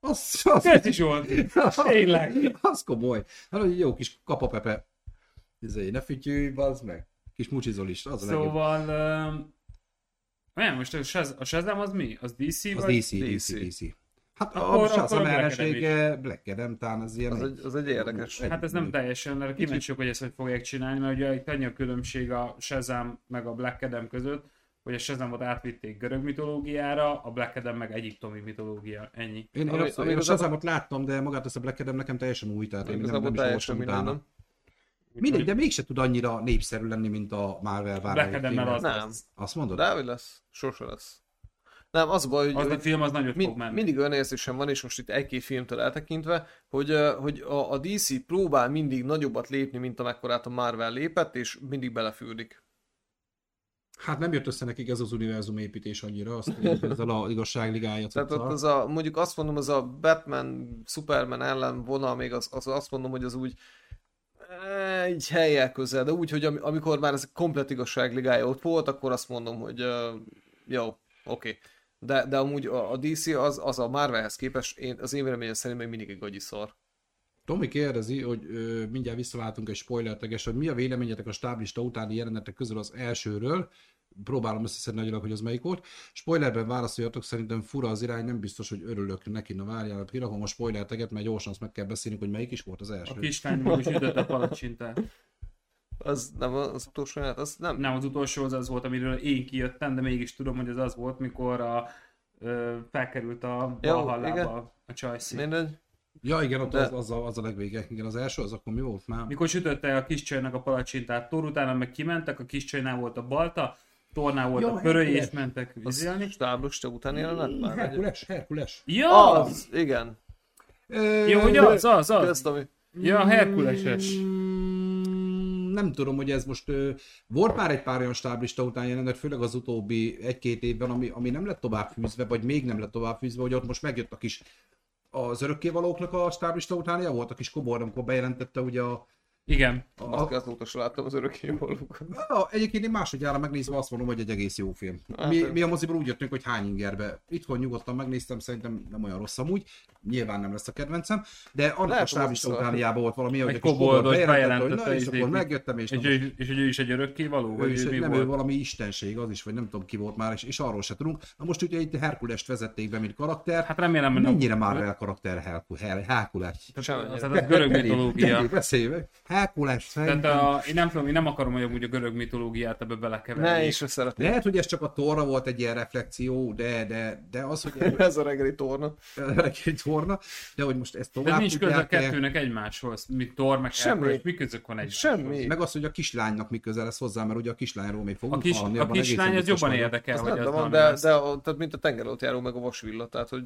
S1: Az, az,
S3: Ez is volt. Tényleg.
S1: az komoly. Hát, hogy jó kis kapapepe. Izé, ne fütyülj, bazd meg. Kis mucsizol is, az a legjobb.
S3: Szóval... öm, Nem, most a Shaz- a Shazam az mi? Az DC
S1: Az
S3: vagy?
S1: DC, DC,
S2: DC.
S1: DC. Hát
S3: Akkor-
S1: a Shazam
S3: akkor a Black
S1: ellensége Black Adam, talán az ilyen...
S2: Az egy, az egy érdekes.
S1: Egy-
S3: Hát ez nem teljesen, mert kíváncsiak, hogy ezt hogy fogják csinálni, mert ugye itt annyi a különbség a Shazam meg a Black Adam között, hogy a Shazamot átvitték görög mitológiára, a Black Adam meg egyiptomi mitológia, ennyi.
S1: Én, én,
S2: Ami-
S1: abszolút,
S2: ami
S1: én a
S2: igazából-
S1: Shazamot láttam, de magát ezt a Black Adam nekem teljesen új, tehát én nem,
S2: Igazából
S1: nem is
S2: teljesen
S1: olvastam
S2: minden,
S1: utána.
S2: nem?
S1: Mindegy, de mégse tud annyira népszerű lenni, mint a Marvel
S3: A Black
S1: várvány.
S3: Adam-mel az
S2: Nem.
S3: lesz.
S1: Azt mondod?
S2: De hogy lesz? Sose lesz. Nem, az a baj, hogy,
S3: Az a
S2: hogy
S3: film az nagyot fog
S2: Mind,
S3: menni.
S2: mindig olyan érzésem van, és most itt egy-két filmtől eltekintve, hogy, ö, hogy a, a DC próbál mindig nagyobbat lépni, mint amekkorát a Marvel lépett, és mindig belefürdik.
S1: Hát nem jött össze nekik ez az univerzum építés annyira, azt ezzel a igazságligája
S2: Tehát ott
S1: cuccal.
S2: az a, mondjuk azt mondom, az a Batman, Superman ellen vonal még az, az azt mondom, hogy az úgy eh, így helyjel közel, de úgy, hogy ami- amikor már ez komplet igazságligája ott volt, akkor azt mondom, hogy ö, jó, oké. De, de amúgy a, a DC az, az a Marvelhez képest, én, az én véleményem szerint még mindig egy gagyi szar.
S1: Tomi kérdezi, hogy ö, mindjárt visszaváltunk egy spoilerteges, hogy mi a véleményetek a stáblista utáni jelenetek közül az elsőről, próbálom összeszedni agyilag, hogy az melyik volt. Spoilerben válaszoljatok, szerintem fura az irány, nem biztos, hogy örülök neki. Na várjál, kirakom a spoiler teget, mert gyorsan azt meg kell beszélnünk, hogy melyik is volt az első.
S3: A kislány meg is ütött a palacsintát.
S2: Az nem az utolsó jelenet, az nem.
S3: Nem az utolsó, az az volt, amiről én kijöttem, de mégis tudom, hogy az az volt, mikor a, ö, felkerült a
S2: Jó, igen.
S3: Valhallába a csajszi.
S2: Mindegy.
S1: Ja, igen, ott
S2: De-
S1: az, az, a, az a legvége. Igen, az első, az akkor mi volt már?
S3: Mikor sütötte a kis csajnak a palacsintát, Tor utána meg kimentek, a kis csajnál volt a balta, Tornál volt
S1: Jó,
S3: a pöröly, és
S1: helyes.
S3: mentek
S2: Az
S3: vizélni.
S2: stáblos te után jelenet már. egy-
S1: Herkules, Herkules.
S3: Ja!
S2: Az, igen.
S3: Jó, hogy az, az, az.
S2: Közt, ami...
S3: Ja, Herkuleses.
S1: Mm, Nem tudom, hogy ez most ö, volt már egy pár olyan stáblista után jelenet, főleg az utóbbi egy-két évben, ami, ami nem lett tovább fűzve, vagy még nem lett tovább fűzve, hogy ott most megjött a kis az örökkévalóknak a stáblista utánja volt a kis kobor, amikor bejelentette ugye a...
S3: Igen.
S1: a,
S2: Azt az utolsó láttam az örökkévalókat.
S1: a egyébként én másodjára megnézve azt mondom, hogy egy egész jó film.
S2: Hát
S1: Mi, mi a moziból úgy jöttünk, hogy hány ingerbe. Itthon nyugodtan megnéztem, szerintem nem olyan rossz amúgy. Nyilván nem lesz a kedvencem, de annak
S2: Lehet,
S1: a
S2: hogy
S1: stáblista
S2: moziból.
S1: utániában volt valami, hogy
S3: Egy
S1: a kis
S3: koboldot
S1: kobor bejelentette, hogy
S3: bejelentette,
S1: na, és
S3: izé,
S1: akkor
S3: mi-
S1: megjöttem, és
S3: És,
S1: na,
S3: ő, és hogy ő is egy örökkévaló?
S1: ő
S3: Vagy
S1: is,
S3: ő mi
S1: nem ő
S3: volt?
S1: valami istenség az is, vagy nem tudom ki volt már, és, és arról se tudunk. Na most ugye itt Herkulest vezették be, mint karakter. Hát,
S3: Hát remélem, hogy nem.
S1: Mennyire már el karakter Herku- Her- Herkules?
S2: Semmi.
S3: Az, hát az görög mitológia.
S1: Beszéljük. Herkules
S3: Tehát
S1: szerintem.
S3: a, én nem tudom, én nem akarom, hogy amúgy a görög mitológiát ebbe belekeverni.
S2: Ne is szeretném.
S1: Lehet, hogy ez csak a torra volt egy ilyen reflexió, de, de, de az, hogy
S2: Ez a reggeli torna.
S1: rekét volna, de hogy most ezt
S3: De
S1: tovább
S3: nincs köze a
S1: tudják-e,
S3: kettőnek egymáshoz, mint Thor, meg
S2: Semmi.
S3: Semmi. mi közök van egymáshoz.
S2: Semmi.
S1: Meg az, hogy a kislánynak mi köze lesz hozzá, mert ugye a kislányról még
S3: A,
S1: fogunk
S3: kis,
S1: hallani.
S3: a
S1: abban egészen
S3: kislány az
S1: biztos
S3: jobban
S1: vagyok.
S3: érdekel,
S2: Azt
S3: hogy
S2: rendben
S3: az
S2: van,
S3: van,
S2: de, de a, tehát mint a tengeralattjáró meg a vasvilla, tehát hogy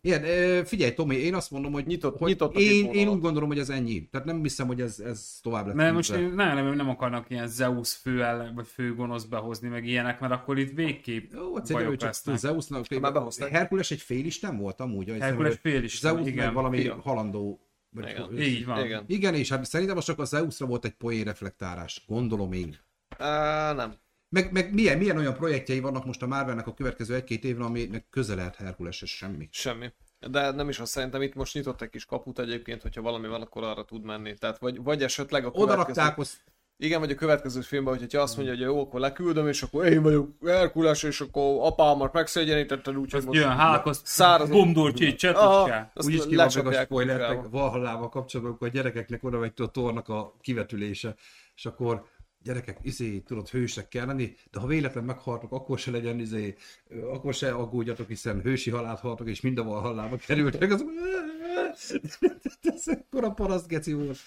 S1: Igen, ö, figyelj Tomi, én azt mondom, hogy,
S2: Nyitott-
S1: hogy
S2: nyitottak
S1: én,
S2: itt
S1: én úgy
S2: vonalat.
S1: gondolom, hogy ez ennyi. Tehát nem hiszem, hogy ez, ez tovább lesz.
S3: Mert most
S1: fűzve.
S3: én nem, nem, nem akarnak ilyen Zeus fő ellen, vagy fő gonosz behozni, meg ilyenek, mert akkor itt végképp
S1: Jó, hát szerintem ő
S3: bajok
S1: csak
S3: lesznek.
S1: Zeusnak.
S2: Már behozták.
S1: Herkules egy félisten volt amúgy. ahogy
S3: Herkules
S1: hiszem, hogy
S3: félisten,
S1: Zeus meg
S3: igen.
S1: valami
S2: Igen.
S1: halandó. Vagy
S2: Igen.
S1: ho-
S3: Így van.
S2: igen.
S1: Igen, és hát szerintem most csak a Zeusra volt egy poén reflektárás, gondolom én.
S2: Á, nem.
S1: Meg, meg milyen, milyen olyan projektjei vannak most a Marvelnek a következő egy-két évre, aminek közel lehet Herkuleshez semmi.
S2: Semmi. De nem is azt szerintem itt most nyitott egy kis kaput egyébként, hogyha valami van, akkor arra tud menni. Tehát vagy, vagy esetleg a
S1: Oda
S2: következő...
S1: rakták, azt-
S2: Igen, vagy a következő filmben, hogyha azt mondja, hogy jó, akkor leküldöm, és akkor én vagyok Herkules, és akkor apámat megszégyenítetted, úgyhogy
S3: Azt
S2: most...
S3: jön hát, hálkoz,
S2: száraz-
S3: bumdulcsi,
S2: Aha,
S3: csetuská.
S2: azt
S1: Úgy is ki van meg a
S2: lecsapják
S1: spoiler
S2: kutyával.
S1: meg Valhallával kapcsolatban, amikor a gyerekeknek oda megy a tornak a kivetülése, és akkor gyerekek, izé, tudod, hősek kell lenni, de ha véletlen meghaltok, akkor se legyen izé, ö, akkor se aggódjatok, hiszen hősi halált haltok, és mind a valhallába kerültek, azok... Ez ekkora paraszt geci volt.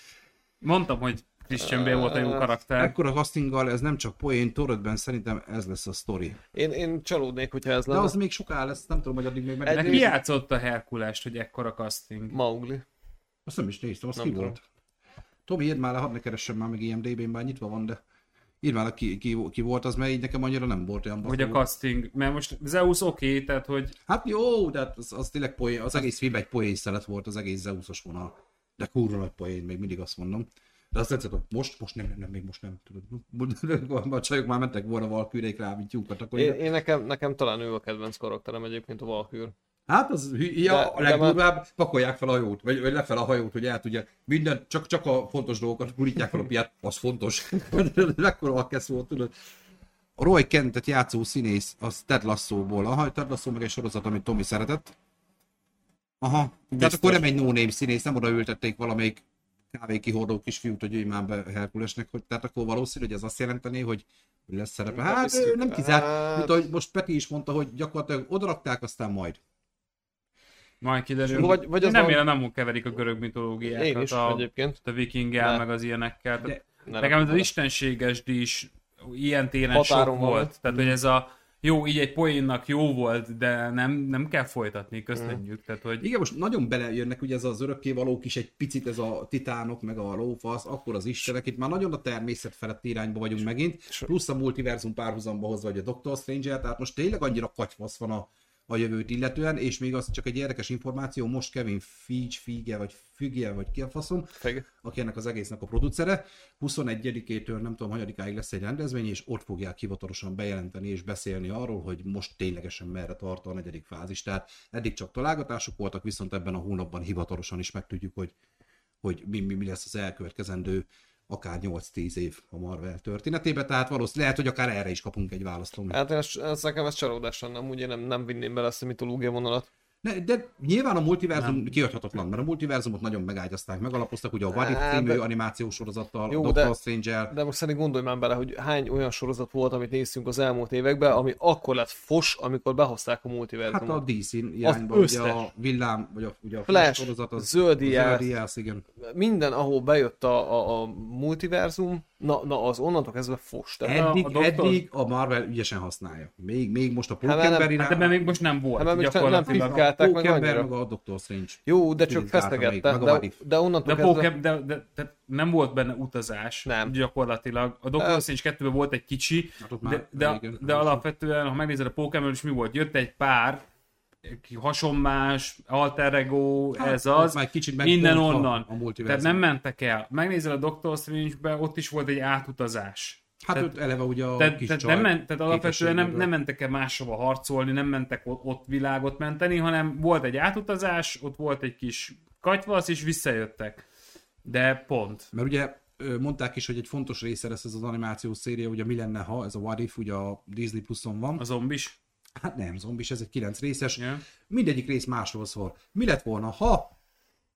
S3: Mondtam, hogy Christian Bale volt a jó
S2: hát
S3: karakter.
S1: Ekkora castinggal, ez nem csak poén, Torödben szerintem ez lesz a sztori.
S2: Én, én csalódnék, hogyha ez
S1: De
S2: lenne.
S1: az még soká lesz, nem tudom, hogy addig még meg...
S2: Egy-
S3: Neki játszott a Herkulest, hogy ekkora casting.
S2: Maugli.
S1: Azt nem is néztem, az
S2: Nem
S1: ki
S2: tudom.
S1: volt. Tomi, írd már le, hadd ne keressem már meg IMDB-n, bár nyitva van, de írd már le, ki, ki, ki volt az, mert így nekem annyira nem volt olyan
S3: Hogy a
S1: baszó.
S3: casting, mert most Zeus oké, okay, tehát hogy
S1: Hát jó, de hát az, az tényleg poén, az egész film egy poén szelet volt, az egész Zeusos vonal. De kurva nagy poén, még mindig azt mondom. De azt tetszett, hogy most, most nem, nem, nem, még most nem. Tudod, a csajok már mentek volna valkűrék rá, mint tyúkat. Akkor
S2: Én,
S1: én...
S2: én nekem, nekem talán ő a kedvenc karakterem egyébként a Valkür.
S1: Hát az hülye,
S2: De-
S1: a
S2: de
S1: legdurvább, pakolják fel a hajót, vagy, vagy lefel a hajót, hogy el tudják. Minden, csak, csak a fontos dolgokat gurítják fel a piát, az fontos. Mekkora a kesz volt, tudod. A Roy Kentet játszó színész, az Ted Lasso-ból. Aha, Ted Lasso meg egy sorozat, amit Tomi szeretett. Aha, Biztos. tehát akkor nem egy no-name színész, nem oda ültették valamelyik kávékihordó kisfiút, hogy ülj már be Herkulesnek, hogy tehát akkor valószínű, hogy ez azt jelenteni, hogy lesz szerepe.
S2: Nem
S1: Hát
S2: hiszük.
S1: ő nem kizárt,
S2: Hát-
S1: mint ahogy most Peti is mondta, hogy gyakorlatilag odarakták, aztán majd.
S3: majd kiderül.
S2: Vagy- vagy az
S3: nem
S2: van-
S3: jelen nem úgy keverik a görög mitológiákat.
S2: Én is
S3: Hát a,
S2: egyébként.
S3: a vikinggel,
S2: Ne.
S3: meg az ilyenekkel.
S1: De-
S3: De,
S2: Ne
S3: nekem ez
S2: rakjuk
S3: az
S2: bele.
S3: istenséges díj is ilyen téren
S2: Határon
S3: sok
S2: van.
S3: volt. Tehát,
S4: Mhm.
S3: hogy ez a jó, így egy poénnak jó volt, de nem, nem kell folytatni, köszönjük. Tehát, hogy
S1: Igen, most nagyon belejönnek ugye ez az örökkévalók is egy picit, ez a titánok, meg a lófasz, akkor az istenek, itt már nagyon a természet feletti irányba vagyunk megint, plusz a multiverzum párhuzamba hozva, vagy a Doctor strange tehát most tényleg annyira katyvasz van a, a jövőt illetően, és még az csak egy érdekes információ, most Kevin Feige, Fige, vagy Fügje, vagy ki a faszom,
S2: Feg.
S1: aki ennek az egésznek a producere. 21-től nem tudom, hanyadikáig lesz egy rendezvény, és ott fogják hivatalosan bejelenteni és beszélni arról, hogy most ténylegesen merre tart a negyedik fázis. Tehát eddig csak találgatások voltak, viszont ebben a hónapban hivatalosan is megtudjuk, hogy, hogy mi, mi, mi lesz az elkövetkezendő akár 8-10 év a Marvel történetébe, tehát valószínűleg lehet, hogy akár erre is kapunk egy választ. Tomi.
S4: Hát én ezt, ez nekem ez csalódás lenne, amúgy én nem, nem vinném bele ezt a mitológia vonalat.
S1: Ne, de nyilván a multiverzum nem. kiadhatatlan, mert a multiverzumot nagyon megágyazták, megalapoztak ugye a What If
S4: Hát,
S1: című
S4: de-
S1: animációs sorozattal,
S4: Jó,
S1: Doctor
S4: de-
S1: Strange-el.
S4: De most szerintem gondolj már bele, hogy hány olyan sorozat volt, amit néztünk az elmúlt években, ami akkor lett fos, amikor behozták a
S1: Hát a
S4: multiverzumot.
S1: DC irányban ugye
S4: összes.
S1: a villám, vagy a, ugye a
S4: Flash,
S1: Flash sorozat, az
S4: Zöld Jelz.
S1: Zöld Jelz, igen.
S4: Minden, ahol bejött a, a, a multiverzum, na, na az onnantól kezdve fos. Tehát,
S3: Hát a
S1: Eddig, a,
S3: Doctor-
S1: eddig a Marvel ügyesen használja. Még, még most a
S4: már nem-
S1: Pókember
S3: Hát ebben
S1: irány,
S3: még most nem volt
S4: Hát, mert még nem
S3: gyakorlatilag.
S4: fizikált. Állták meg
S1: Pókember,
S4: annyira.
S1: meg a Doctor Strange.
S4: jó, de csak
S1: Fizikálta
S4: festegette,
S1: még, meg a
S4: de,
S1: What If.
S4: de onnantól
S3: De,
S4: kezdve...
S3: póke, de, de, de, nem volt benne utazás
S4: Nem.
S3: gyakorlatilag. A Doctor
S4: Nem.
S3: Strange 2 volt egy kicsi,
S1: Hát ott
S3: de,
S1: már
S3: de,
S1: régen.
S3: de alapvetően, ha megnézed a Pokémon is mi volt? Jött egy pár, ki hasonmás, alter ego,
S1: Hát,
S3: ez
S1: ott
S3: az,
S1: már egy kicsit
S3: innen
S1: megbontva
S3: onnan.
S1: a multiverzum.
S3: Tehát nem mentek el. Megnézel a Doctor Strange-be, ott is volt egy átutazás.
S1: Hát ott eleve ugye a
S3: Tehát,
S1: kis
S3: tehát,
S1: csaj
S3: nem ment, tehát alapvetően nem,
S1: képességéből.
S3: nem mentek el máshova harcolni, nem mentek o- ott világot menteni, hanem volt egy átutazás, ott volt egy kis katyvasz, és visszajöttek. De pont.
S1: Mert ugye ö, mondták is, hogy egy fontos része lesz ez az animációs széria, ugye mi lenne, ha ez a What If, ugye a Disney Plus-on van.
S3: A zombis.
S1: Hát nem, zombis, ez egy kilenc részes.
S3: Ja.
S1: Mindegyik rész másról szól. Mi lett volna, ha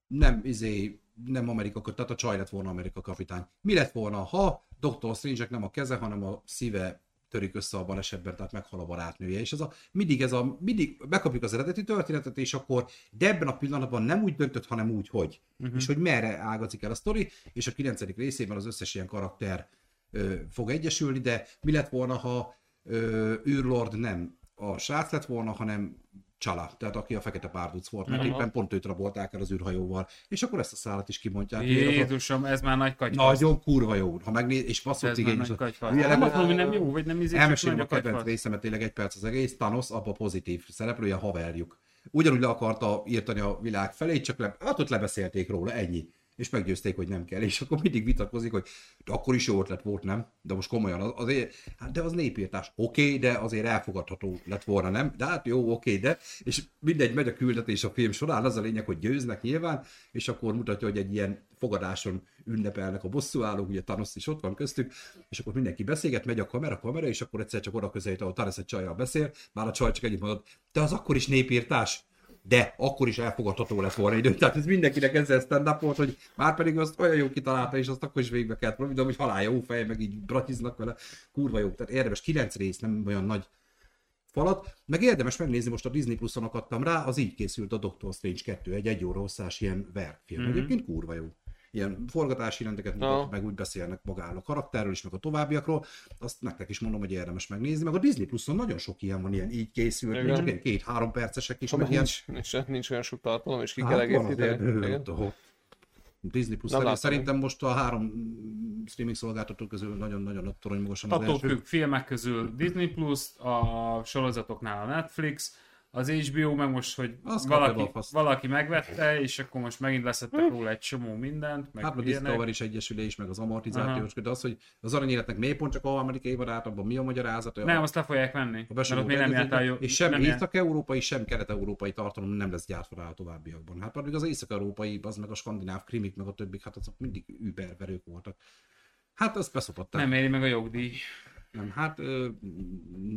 S1: nem izé, nem Amerika, tehát a csaj lett volna Amerika kapitány. Mi lett volna, ha Dr. strange nem a keze, hanem a szíve törik össze a balesetben, tehát meghal a barátnője. És ez a, mindig ez a, mindig megkapjuk az eredeti történetet, és akkor, de ebben a pillanatban nem úgy döntött, hanem úgy, hogy. Uh-huh. És hogy merre ágazik el a sztori, és a kilencedik részében az összes ilyen karakter ö, fog egyesülni, de mi lett volna, ha ö, űrlord nem a srác lett volna, hanem Csala, tehát aki a fekete párduc volt, mert éppen pont őt rabolták el az űrhajóval, és akkor ezt a szállat is kimondják. Én az-
S3: Jézusom, ez már nagy katyvasz.
S1: Nagyon kurva jó, ha megnéz, és
S3: ez
S1: basszott
S3: már
S1: igény.
S3: nagy
S1: is-
S3: katyvasz.
S1: Ugye,
S3: Nem
S1: nem-
S3: azt mondom, hogy nem jó, vagy nem izé, csak
S1: Elmesélem
S3: nagy
S1: a
S3: a
S1: kedvenc
S3: katyvasz.
S1: részemet, tényleg egy perc az egész, Thanos abba pozitív szereplője, haverjuk. Ugyanúgy le akarta írtani a világ felé, csak le, hát ott lebeszélték róla, ennyi. És meggyőzték, hogy nem kell, és akkor mindig vitatkozik, hogy de akkor is jó ötlet volt, nem? De most komolyan, az, azért, hát de az népírtás, oké, okay, de azért elfogadható lett volna, nem? De hát jó, oké, okay, de, és mindegy, megy a küldetés a film során, az a lényeg, hogy győznek nyilván, és akkor mutatja, hogy egy ilyen fogadáson ünnepelnek a bosszúállók, ugye Thanos is ott van köztük, és akkor mindenki beszélget, megy a kamera, kamera, és akkor egyszer csak oda közelít, ahol Thanos egy csajjal beszél, már a csaj csak együtt mondott, de az akkor is népírtás, de akkor is elfogadható lett volna idő. Tehát ez mindenkinek ezzel stand up volt, hogy már pedig azt olyan jó kitalálta, és azt akkor is végbe kellett volna, mint hogy halál jó fej, meg így bratiznak vele. Kurva jó. Tehát érdemes, kilenc rész, nem olyan nagy falat. Meg érdemes megnézni, most a Disney Plus-on akadtam rá, az így készült a Doctor Strange 2, egy egy óra hosszás ilyen verkfilm.
S4: Mhm.
S1: Mm-hmm. Egyébként kurva jó. Ilyen forgatási rendeket mutat,
S4: No.
S1: meg úgy beszélnek magáról a karakterről is, meg a továbbiakról. Azt nektek is mondom, hogy érdemes megnézni. Meg a Disney Plus-on nagyon sok ilyen van, ilyen így készült,
S4: Igen.
S1: csak ilyen két-három percesek is,
S4: Csak
S1: meg ilyen
S4: nincs, nincs, nincs olyan sok tartalom, és ki kell
S1: Hát van azért bőven
S4: egészíteni.
S1: ott, ahol Disney Plus
S4: Nem
S1: szerint,
S4: láttam.
S1: szerintem most a három mm, streaming szolgáltató közül nagyon-nagyon ott torony magasan az
S3: Attól
S1: első.
S3: függ, filmek közül Disney Plus, a sorozatoknál a Netflix, az HBO meg most, hogy
S1: Azt kapja be
S3: valaki,
S1: a faszt.
S3: valaki megvette, és akkor most megint leszettek róla egy csomó mindent, meg
S1: Hát a
S3: ilyenek.
S1: Discovery is egyesülés, meg az amortizációs, de az, hogy az aranyéletnek miért pont csak a amerikai barát, abban mi a magyarázat?
S3: Nem, azt le fogják venni,
S1: a
S3: mert
S1: besugó
S3: ott még nem járt el jó.
S1: És sem
S3: nem járt-
S1: észak-európai, sem kelet-európai tartalom nem lesz gyártva rá a továbbiakban. Hát pedig az észak-európai, az meg a skandináv krimik, meg a többik, hát azok mindig überverők voltak. Hát azt beszopatták.
S3: nem éri meg a jogdíj.
S1: Nem, hát ö,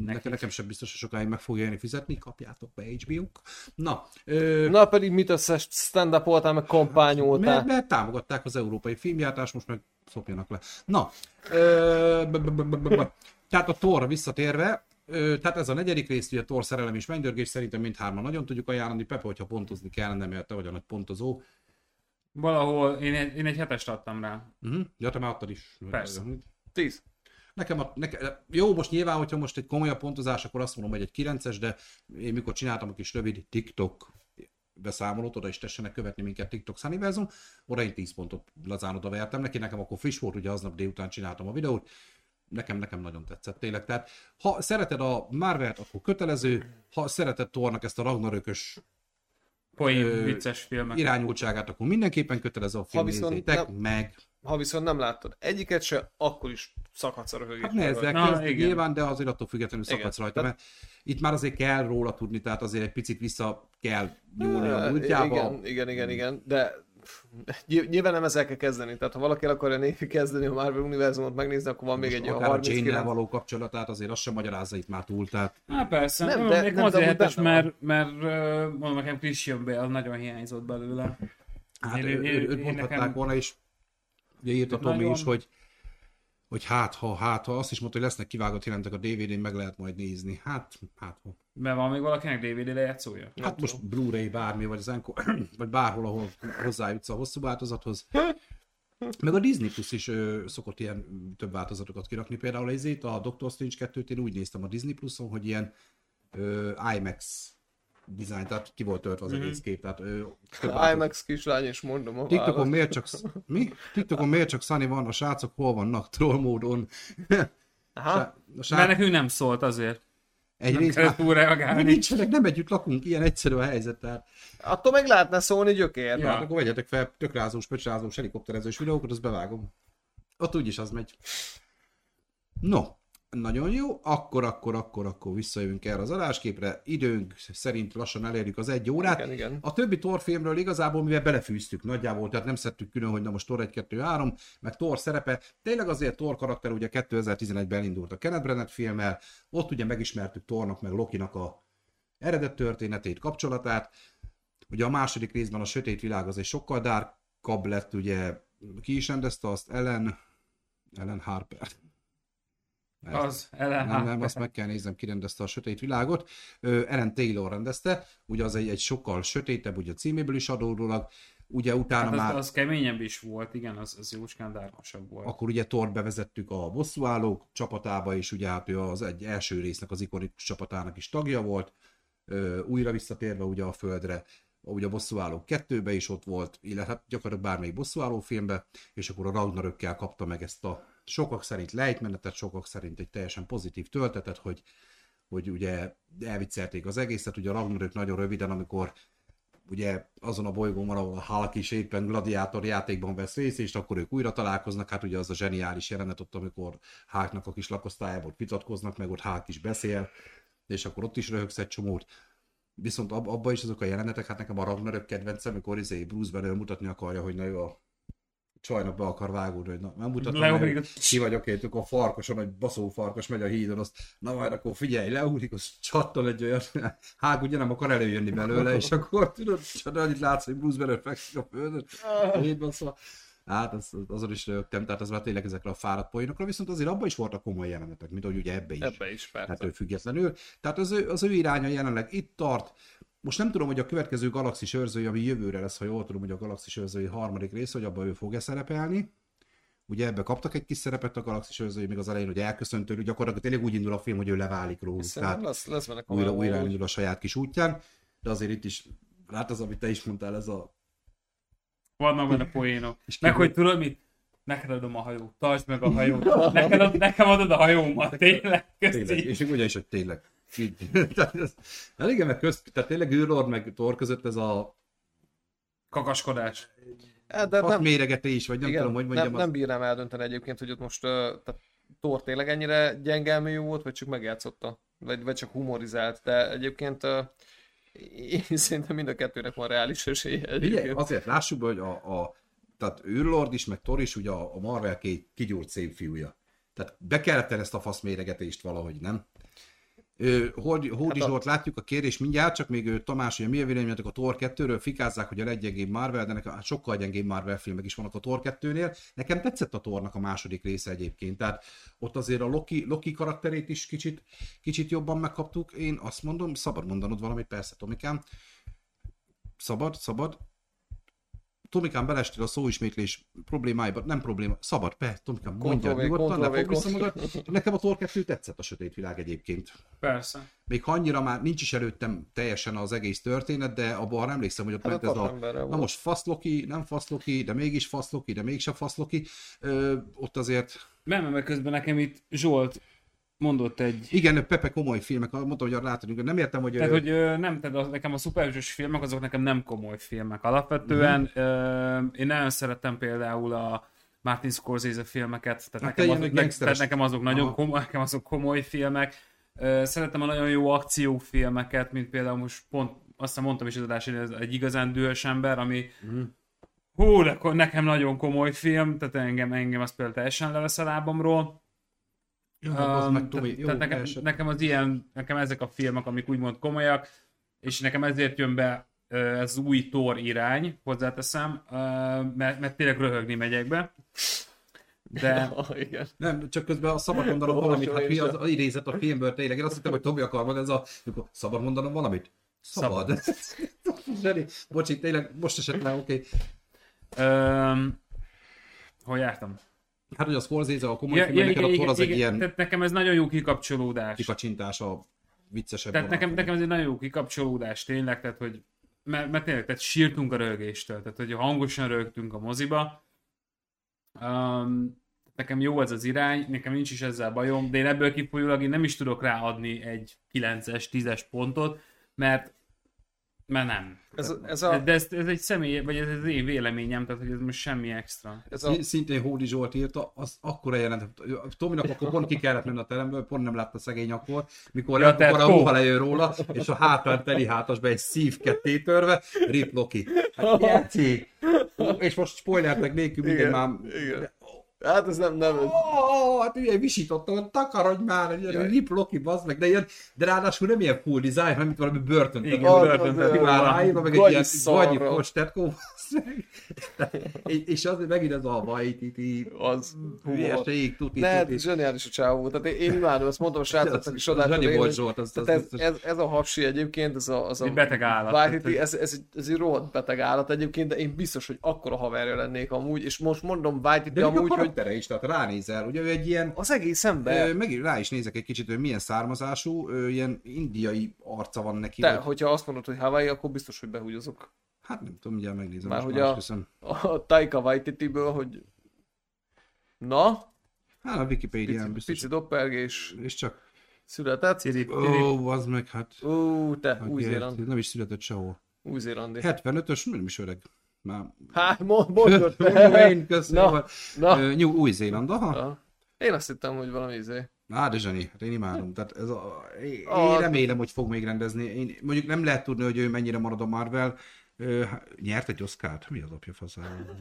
S1: nekem, nekem sem biztos, hogy sokáig meg fogja jönni fizetni, kapjátok be HBO-k. Na, ö,
S4: Na pedig mit összes stand-up voltál, meg kompányoltál?
S1: mert, mert támogatták az európai filmgyártást, most meg szopjanak le. Na, ö, b- b- b- b- b- tehát a Thor visszatérve, ö, tehát ez a negyedik rész, ugye Thor szerelem és mennydörgés, szerintem mindhárman nagyon tudjuk ajánlani. Pepe, hogyha pontozni kellene, mert te vagy a nagy pontozó.
S3: Valahol én, egy- én egy hetest adtam rá.
S1: Uh-huh. Ja, te már adtad is.
S3: Persze.
S4: Tíz.
S1: Nekem, a, nekem, jó, most nyilván, hogyha most egy komolyabb pontozás, akkor azt mondom, hogy egy 9-es, de én mikor csináltam a kis rövid TikTok beszámolót, oda is tessenek követni minket TikTok Sunniverzum, oda én 10 pontot lazán oda vertem neki, nekem akkor friss volt, ugye aznap délután csináltam a videót, nekem, nekem nagyon tetszett tényleg. Tehát ha szereted a Marvelt, akkor kötelező, ha szereted Tornak ezt a Ragnarökös Ö,
S3: Poén vicces filmek.
S1: irányultságát, akkor mindenképpen kötelező a film
S4: viszont
S1: nézzétek,
S4: nem-
S1: meg
S4: Ha viszont nem láttad egyiket se, akkor is szakadsz a röhögésre.
S1: Hát ne ezzel
S3: Na,
S1: kezdjük
S3: igen.
S1: nyilván, de azért attól függetlenül
S4: Igen.
S1: szakadsz rajta, mert itt már azért kell róla tudni, tehát azért egy picit vissza kell nyúlni a múltjába.
S4: Igen, igen, igen, igen, de Ny- nyilván nem ezzel kell kezdeni, tehát ha valaki el akarja nézni kezdeni a Marvel univerzumot megnézni, akkor van még
S1: Most
S4: egy olyan
S1: akár a jane
S4: 39
S1: való kapcsolatát azért azt sem magyarázza itt már túl, tehát
S3: Hát persze,
S4: Nem,
S3: nem,
S4: de-
S3: de, még
S4: nem, de
S3: azért
S4: amúgy
S3: hetes,
S4: benne
S3: mert, mert, ö, mondom nekem Christian Bale nagyon hiányzott belőle.
S1: Hát
S3: Én-
S1: ő,
S3: én-
S1: ő,
S3: én-
S1: őt
S3: én
S1: mondhatnák
S3: nekem-
S1: volna, és ugye írt a Tomi
S3: Nagyon-
S1: is, hogy, hogy hát ha, hát ha, azt is mondta, hogy lesznek kivágott jelentek a DVD-n, meg lehet majd nézni. Hát, hát ha.
S3: Mert van még valakinek DVD lejátszója?
S1: Hát most Blu-ray bármi, vagy az Encore, vagy bárhol, ahol hozzájutsz a hosszú változathoz. Meg a Disney Plus is ö, szokott ilyen több változatokat kirakni. Például ezért a Doctor Strange 2-t én úgy néztem a Disney Plus-on, hogy ilyen ö, IMAX design, tehát ki volt töltve az egész kép. Tehát, ö, több változat-
S4: IMAX kislány, és mondom a
S1: TikTokon
S4: választ.
S1: miért csak... Mi? TikTokon miért csak Sunny van? A srácok hol vannak? Troll módon.
S2: Ah,
S4: Aha.
S1: A
S3: Mert
S1: srác...
S3: nekünk nem szólt azért.
S1: Egyrészt
S3: Kellett
S1: már...
S3: túl
S1: Mi
S3: reagálni.
S1: nincsenek, nem együtt lakunk, ilyen egyszerű a helyzet, tehát
S4: Attól meg lehetne szólni gyökér.
S1: ja.
S3: Ja.
S1: akkor vegyetek fel tökrázós, pöcsrázós, helikopterezős videókat, azt bevágom. Ott úgyis az megy. No, nagyon jó, akkor, akkor, akkor, akkor visszajövünk erre az adásképre, időnk szerint lassan elérjük az egy órát.
S4: Igen, igen.
S1: A többi torfilmről igazából, mivel belefűztük nagyjából, tehát nem szedtük külön, hogy na most Tor 1, 2, 3, meg Tor szerepe. Tényleg azért Tor karakter ugye 2011-ben indult a Kenneth Branagh filmmel, ott ugye megismertük Tornak meg Lokinak a eredet történetét, kapcsolatát. Ugye a második részben a sötét világ azért sokkal dárkabb lett, ugye ki is rendezte azt Ellen, Ellen Harper. Ezt-
S3: Az, ellen
S1: nem, nem, azt meg kell néznem, ki rendezte a Sötét Világot. Ö, Ellen Taylor rendezte, ugye az egy, egy sokkal sötétebb, ugye a címéből is adódólag, ugye utána
S3: Hát
S1: hát már,
S3: az, az keményebb is volt, igen, az, az jócskán dárkosabb volt.
S1: akkor ugye Thor bevezettük a bosszúállók csapatába, és ugye hát ő az egy első résznek az ikonikus csapatának is tagja volt, ö, újra visszatérve ugye a földre, ugye a bosszúállók kettőbe is ott volt, illetve hát gyakorlatilag bármelyik bosszúálló filmbe, és akkor a Ragnarökkel kapta meg ezt a sokak szerint lejtmenetet, sokak szerint egy teljesen pozitív töltetet, hogy hogy ugye elviccelték az egészet, ugye a Ragnarök nagyon röviden, amikor ugye azon a bolygón van, ahol a Hulk is éppen gladiátor játékban vesz részt, és akkor ők újra találkoznak, hát ugye az a zseniális jelenet ott, amikor Hulknak a kis lakosztályából vitatkoznak, meg ott Hulk is beszél, és akkor ott is röhögsz egy csomót. Viszont ab, abban is azok a jelenetek, hát nekem a Ragnarök kedvencem, amikor izé Bruce Banner mutatni akarja, hogy na ő a csajnak be akar vágódni, hogy na, nem mutatom,
S3: Leugrik,
S1: mert ő-
S3: de-
S1: ki vagyok én, a farkoson, hogy baszó farkas megy a hídon, azt na majd akkor figyelj, leugrik, az csattal egy olyan, hát ugye nem akar előjönni belőle, és akkor tudod, csak annyit látsz, hogy Bruce Banner fekszik a földön, a hídban, szóval Hát az, az- azon is rögtem, tehát az már tényleg ezekre a fáradt poénokra, viszont azért abban is voltak komoly jelenetek, mint ahogy ugye ebbe is.
S2: Ebbe is, persze.
S1: Hát ő függetlenül. Tehát az ő, az ő iránya jelenleg itt tart. Most nem tudom, hogy a következő Galaxis őrzői, ami jövőre lesz, ha jól tudom, hogy a Galaxis őrzői harmadik rész, hogy abban ő fog-e szerepelni. Ugye ebbe kaptak egy kis szerepet a Galaxis őrzői még az elején, hogy elköszönt tőlük, gyakorlatilag tényleg úgy indul a film, hogy ő leválik róluk.
S4: Szerintem
S1: Tehát
S4: lesz, lesz benne
S1: újra,
S4: komoly-
S1: újra indul a saját kis útján, de azért itt is, hát az, amit te is mondtál, ez a
S3: Vannak benne poénok.
S1: És
S3: Meg
S1: ki-
S3: hogy tudod mit? Neked adom a hajót, tartsd meg a hajót. Neked ad, nekem adod a hajómat, tényleg.
S1: Tényleg,
S3: Köszi.
S1: és ugyanis, hogy tényleg. Így. Tehát ez- Hát igen, mert közt, tehát tényleg űrlord meg Thor között ez a
S3: Kakaskodás.
S4: Hát, de
S1: hat
S4: nem,
S1: méregetés, vagy nem
S4: igen,
S1: tudom, hogy mondjam.
S4: nem,
S1: azt.
S4: nem bírnám eldönteni egyébként, hogy ott most uh, tehát Thor tényleg ennyire gyengelmű volt, vagy csak megjátszotta, vagy, vagy csak humorizált, de egyébként uh, én szerintem mind a kettőnek van reális esélye
S1: Figyelj,
S4: egyébként.
S1: azért lássuk be, hogy a, a tehát űrlord is, meg Thor is ugye a, a Marvel két kigyúrt szépfiúja. Tehát be kellett tenni ezt a fasz méregetést valahogy, nem? Ő, Hódi, Hódi
S4: Hát
S1: hát
S4: a-
S1: Zsolt látjuk a kérés mindjárt, csak még ő, Tamás, hogy mi a véleményetek a Thor 2-ről, fikázzák, hogy a leggyengébb Marvel, de nekem hát sokkal gyengébb Marvel filmek is vannak a Thor 2-nél. Nekem tetszett a Thornak a második része egyébként, tehát ott azért a Loki, Loki karakterét is kicsit, kicsit jobban megkaptuk. Én azt mondom, szabad mondanod valamit, persze, Tomikám. Szabad, szabad. Tomikám belestél a szóismétlés problémáiba, nem probléma, szabad, persze, Tomikám, mondjad
S4: Ctrl-V,
S1: nyugodtan, ne
S4: Ctrl-V,
S1: fogd vissza
S4: Ctrl-V.
S1: magad. Nekem a Thor 2 tetszett a sötét világ egyébként.
S3: Persze.
S1: Még ha annyira már nincs is előttem teljesen az egész történet, de abban arra emlékszem, hogy ott
S4: Hát
S1: ment
S4: a
S1: ez a...
S4: Papemberrel
S1: Na
S4: volt.
S1: most faszloki, nem faszloki, de mégis faszloki, de mégsem faszloki. Ö, ott azért...
S3: Nem, mert- mert közben nekem itt Zsolt mondott egy
S1: Igen, Pepe komoly filmek, mondtam, hogy arra látodunk, nem értem, hogy...
S3: Tehát,
S1: ö,
S3: hogy ö, nem, tehát az, nekem a szuperhősös filmek, azok nekem nem komoly filmek alapvetően.
S1: Mhm.
S3: Mm-hmm. Ö, én nagyon szerettem például a Martin Scorsese filmeket, tehát,
S1: Hát
S3: nekem,
S1: ilyen
S3: azok, ne,
S1: gangsteres-
S3: tehát nekem azok nagyon
S1: Aha.
S3: komoly, nekem azok komoly filmek. Ö, szerettem a nagyon jó
S1: Mhm.
S3: akciófilmeket, mint például most pont azt hiszem mondtam is az adás, hogy ez egy igazán dühös ember, ami hú, de ko- nekem nagyon komoly film, tehát engem, engem az például teljesen levesz a lábamról.
S1: Jó,
S3: Um,
S1: az meg Tomi,
S3: tehát
S1: jó,
S3: tehát nekem,
S1: teljesen.
S3: nekem az ilyen, nekem ezek a filmek, amik úgymond komolyak, és nekem ezért jön be ö, ez új tor irány, hozzáteszem, ö, mert, mert tényleg röhögni megyek be. De
S4: Ah, igen.
S1: Nem, csak közben a szabad mondanom valamit, hát mi az, az idézet a filmből tényleg, én azt hittem, hogy Tomi akar mondani, ez a, mikor szabad mondanom valamit? Szabad. Zseni, bocsi, tényleg most esett le, oké. Okay.
S3: ö, hol jártam?
S1: Hát, hogy a Scorsese a komoly film, neked a tor az egy ilyen
S3: tehát nekem ez nagyon jó kikapcsolódás.
S1: pikacsintás a viccesebb
S3: Tehát
S1: vonal.
S3: nekem, nekem ez egy nagyon jó kikapcsolódás tényleg, tehát hogy mert, mert tényleg, tehát sírtunk a röhögéstől, tehát hogy hangosan röhögtünk a moziba. Um, nekem jó ez az irány, nekem nincs is ezzel bajom, de én ebből kifolyólag én nem is tudok ráadni egy 9-es, 10-es pontot, mert mert nem.
S4: Ez, ez
S3: De,
S4: a...
S3: de ez, ez egy személy, vagy ez az én véleményem, tehát hogy ez most semmi extra.
S4: Ez a...
S1: Én szintén Hódi Zsolt írta, az akkora jelent. Tominak akkor pont ki kellett menni a teremből, pont nem látta szegény akkor, mikor,
S3: Ja,
S1: ja,
S3: tehát
S1: akkor a
S3: Kó.
S1: ruha lejön róla, és a hátán teli hátasba egy szív ketté törve, rip Loki. Hát, Geci! és most spoilertek nélkül minden
S4: Igen,
S1: már...
S4: igen. Hát ez nem, nem,
S1: Oh, hát ugye visítottam, hogy takarodj már, ilyen
S4: Jaj.
S1: rip Loki, bazd meg, de, ilyen, de ráadásul nem ilyen full design, hanem mint valami börtön.
S3: Igen,
S1: Tehát,
S3: börtön,
S1: Ti
S3: Jó,
S1: már
S3: van.
S1: ráírva, meg egy
S4: Gagyi
S1: ilyen gagyi
S4: szarra.
S1: kocs tetkó, bazd meg. és, és azért megint ez a vajtiti
S4: az humor.
S1: hülyeség, tuti,
S4: Ne, hát
S1: tuti.
S4: zseniális a csávó. Tehát én, én imádom, ezt mondom a srácoknak is adásban.
S1: Zseni
S4: én,
S1: volt
S4: hogy-
S1: Zsolt, az-
S4: tehát
S1: az
S4: ez,
S1: biztos.
S4: ez, ez, a hapsi egyébként, ez a, az a
S3: Egy beteg állat.
S4: Vájtiti, ez, ez, egy- ez, egy rohadt beteg állat egyébként, de én biztos, hogy akkora haverja lennék amúgy, és most mondom Vájtiti
S1: De még a
S4: amúgy, hogy
S1: karaktere is, tehát ránézel, ugye ő egy ilyen,
S4: az egész ember,
S1: ö, megint rá is nézek egy kicsit, hogy milyen származású, ö, ilyen indiai arca van neki.
S4: te,
S1: vagy-
S4: hogyha azt mondod, hogy Hawaii, akkor biztos, hogy behúgyozok.
S1: Hát nem tudom, mindjárt megnézem.
S4: Már
S1: most
S4: hogy a-
S1: már is köszönöm.
S4: A Taika Waititiből, hogy na,
S1: Hát a Wikipédián
S4: pici,
S1: biztos.
S4: pici doppergés
S1: És csak,
S4: született.
S3: Cirip,
S1: ó,
S3: cirip.
S1: az meg, hát,
S4: Ú, te,
S1: a
S4: Új-Zéland.
S1: Gerti, nem is született sehol.
S4: Új-Zélandi.
S1: Hát- 75-ös, nem is öreg. Már
S4: Hát, mond, mondod.
S1: Wayne, köszönöm.
S4: Na, na.
S1: Ö, New Új-Zéland, aha.
S4: Aha. Én azt hittem, hogy valami izé.
S1: Á, de zseni, hát én imádom. Tehát ez a, én, én
S4: Az-
S1: remélem, hogy fog még rendezni. Én, mondjuk nem lehet tudni, hogy ő mennyire marad a Marvel. Ö, hát, nyert egy oszkárt? Mi az apja faszával?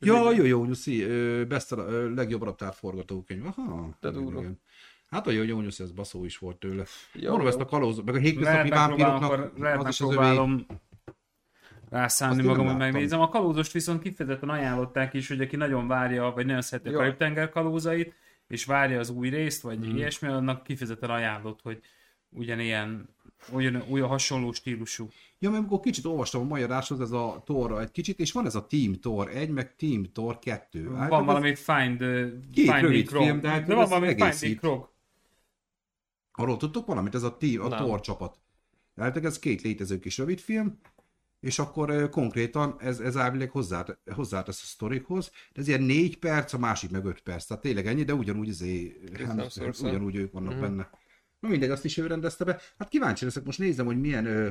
S1: ja, jó, jó, nyuszi. Ö, Best, ö, legjobb adaptált forgatókönyv. Aha.
S4: De
S1: igen,
S4: durva.
S1: igen. Hát a jó, jó, nyuszi, ez baszó is volt tőle.
S4: Jó,
S1: Mondom,
S4: jó.
S1: ezt a kalóz, meg a
S3: Lehet
S1: hétköznapi
S3: megpróbálom, akkor
S1: vámpíroknak,
S3: lehet
S1: az is az övé.
S3: megpróbálom rászállni
S1: Azt én
S3: magam,
S1: nem
S3: hogy
S1: láttam.
S3: megnézem. A kalózost viszont kifejezetten ajánlották is, hogy aki nagyon várja, vagy nagyon szereti a
S4: Jó.
S3: Karib-tenger kalózait, és várja az új részt, vagy
S1: Mhm.
S3: mm. ilyesmi, annak kifejezetten ajánlott, hogy ugyanilyen, ugyan, olyan hasonló stílusú.
S1: Ja, mert amikor kicsit olvastam a mai adáshoz, ez a Thorra egy kicsit, és van ez a Team Thor 1, meg Team Thor 2. Hát,
S3: van
S1: ez-
S3: valami Find, uh,
S1: Két rövid
S3: Finding Krog.
S1: film, de hát
S3: De,
S1: ez
S3: van valami
S1: egészít.
S3: Finding Krog.
S1: Arról tudtok valamit? Ez a, ti, a
S4: Nem.
S1: Thor csapat. Eltek, ez két létező kis rövidfilm, és akkor ö, konkrétan ez, ez elvileg hozzát, hozzátesz a sztorikhoz, de ez ilyen négy perc, a másik meg öt perc, tehát tényleg ennyi, de ugyanúgy izé, Hemsworth,
S4: Hemsworth-szel.
S1: ugyanúgy ők vannak benne. Na mindegy, azt is ő rendezte be. Hát kíváncsi leszek, most nézem, hogy milyen ö,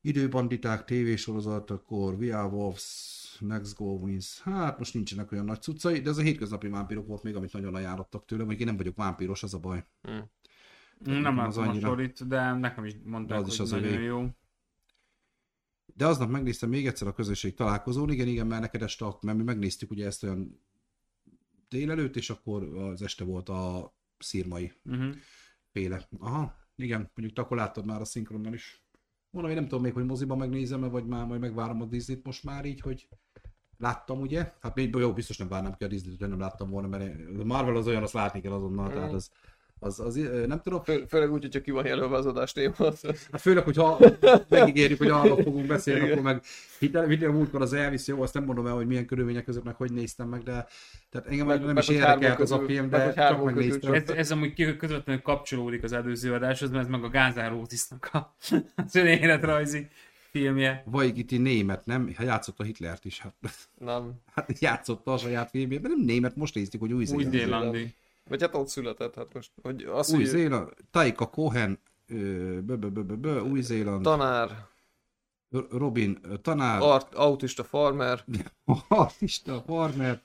S1: időbanditák, tévésorozat, akkor We Are Wolves, Next Go Wins. Hát most nincsenek olyan nagy cuccai, de ez a hétköznapi vámpírok volt még, amit nagyon ajánlottak tőlem, hogy én nem vagyok vámpíros, az a baj.
S4: Hm.
S3: Nem
S1: nekem az
S3: látom a
S1: annyira.
S3: sorit, de nekem is mondták,
S1: Az is
S3: hogy
S1: az
S3: nagyon
S1: övé.
S3: jó.
S1: De aznap megnéztem még egyszer a közösség találkozón, igen, igen, mert neked este, ak- mert mi megnéztük ugye ezt olyan délelőtt, és akkor az este volt a szírmai
S3: Uh-huh.
S1: féle. Aha, igen, mondjuk te akkor láttad már a szinkronnal is. Mondom, én nem tudom még, hogy moziban megnézem-e, vagy már majd megvárom a Disney-t most már így, hogy láttam ugye. Hát még jó, biztos nem várnám ki a Disney-t, hogy nem láttam volna, mert én- a Marvel az olyan, azt látni kell azonnal, tehát az, az, az ö, nem tudom.
S4: Fő, főleg úgy, hogyha ki van jelölve az adás téma.
S1: Hát főleg, hogyha megígérjük, hogy arról fogunk beszélni, akkor meg hitel, videó múltkor az Elvis, jó, azt nem mondom el, hogy milyen körülmények között meg hogy néztem meg, de tehát
S4: Meg-
S1: engem meg, nem
S4: meg
S1: is
S4: hogy hárman
S1: érdekelt az a
S4: közül-
S1: film,
S4: meg
S1: de
S4: hogy
S1: csak
S4: hárman közül
S1: megnéztem.
S4: csak-
S1: Ez
S3: Ez, ez amúgy ki- közvetlenül kapcsolódik az előző adáshoz, mert ez meg a Gázár Rótisznak a az önéletrajzi filmje.
S1: Vajgiti német, nem? Hát játszott a Hitlert is, hát,
S4: Nem.
S1: hát játszotta a saját filmjében, nem német, most néztük, hogy új
S3: Új
S1: zéland.
S3: Zélandi.
S4: Vagy hát ott született, hát most. Hogy az,
S1: Új
S4: hogy
S1: zéland, Taika Cohen, ö, bö, bö, bö, bö, bö, új zéland,
S4: tanár,
S1: Robin ö, tanár,
S4: art, autista farmer,
S1: artista, farmer,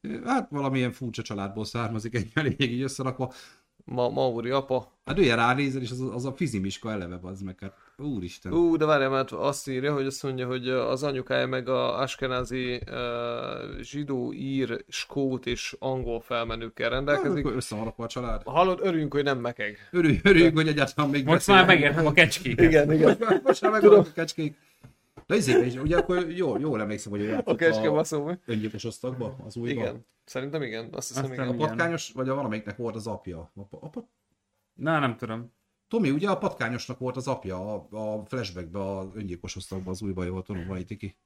S1: Ö, hát valamilyen furcsa családból származik egy elég így összerakva.
S4: ma, mauri apa.
S1: Hát ugye ránézel, és az, az a fizimiska eleve az meg. Hát, Úristen.
S4: Ú, de várjál, mert azt írja, hogy azt mondja, hogy az anyukája meg a askenázi uh, zsidó, ír, skót és angol felmenőkkel
S2: hát
S1: Uh,
S4: rendelkezik.
S1: akkor összemarokva a család.
S4: Hallod, örüljünk, hogy nem mekeg.
S1: Örülj, örüljük, hogy egyáltalán még
S3: Most már megértem a kecskéket.
S4: Igen, igen.
S1: Most már megvan a kecskék. De izébe is, ugye akkor jól, jól emlékszem, hogy
S4: A
S1: ő játszott
S4: kecske
S1: a
S4: baszó.
S1: öngyilkos osztagba, az újba.
S4: Igen. Szerintem igen, azt hiszem
S3: Aztán
S1: A
S4: igen.
S3: Igen.
S1: patkányos, vagy a valamelyiknek volt az apja. A, pa- a, pa-
S3: Na, nem tudom.
S1: Tomi, ugye a patkányosnak volt az apja a, a flashbackbe, az öngyilkos osztagban, az újba jól tudom, van ki.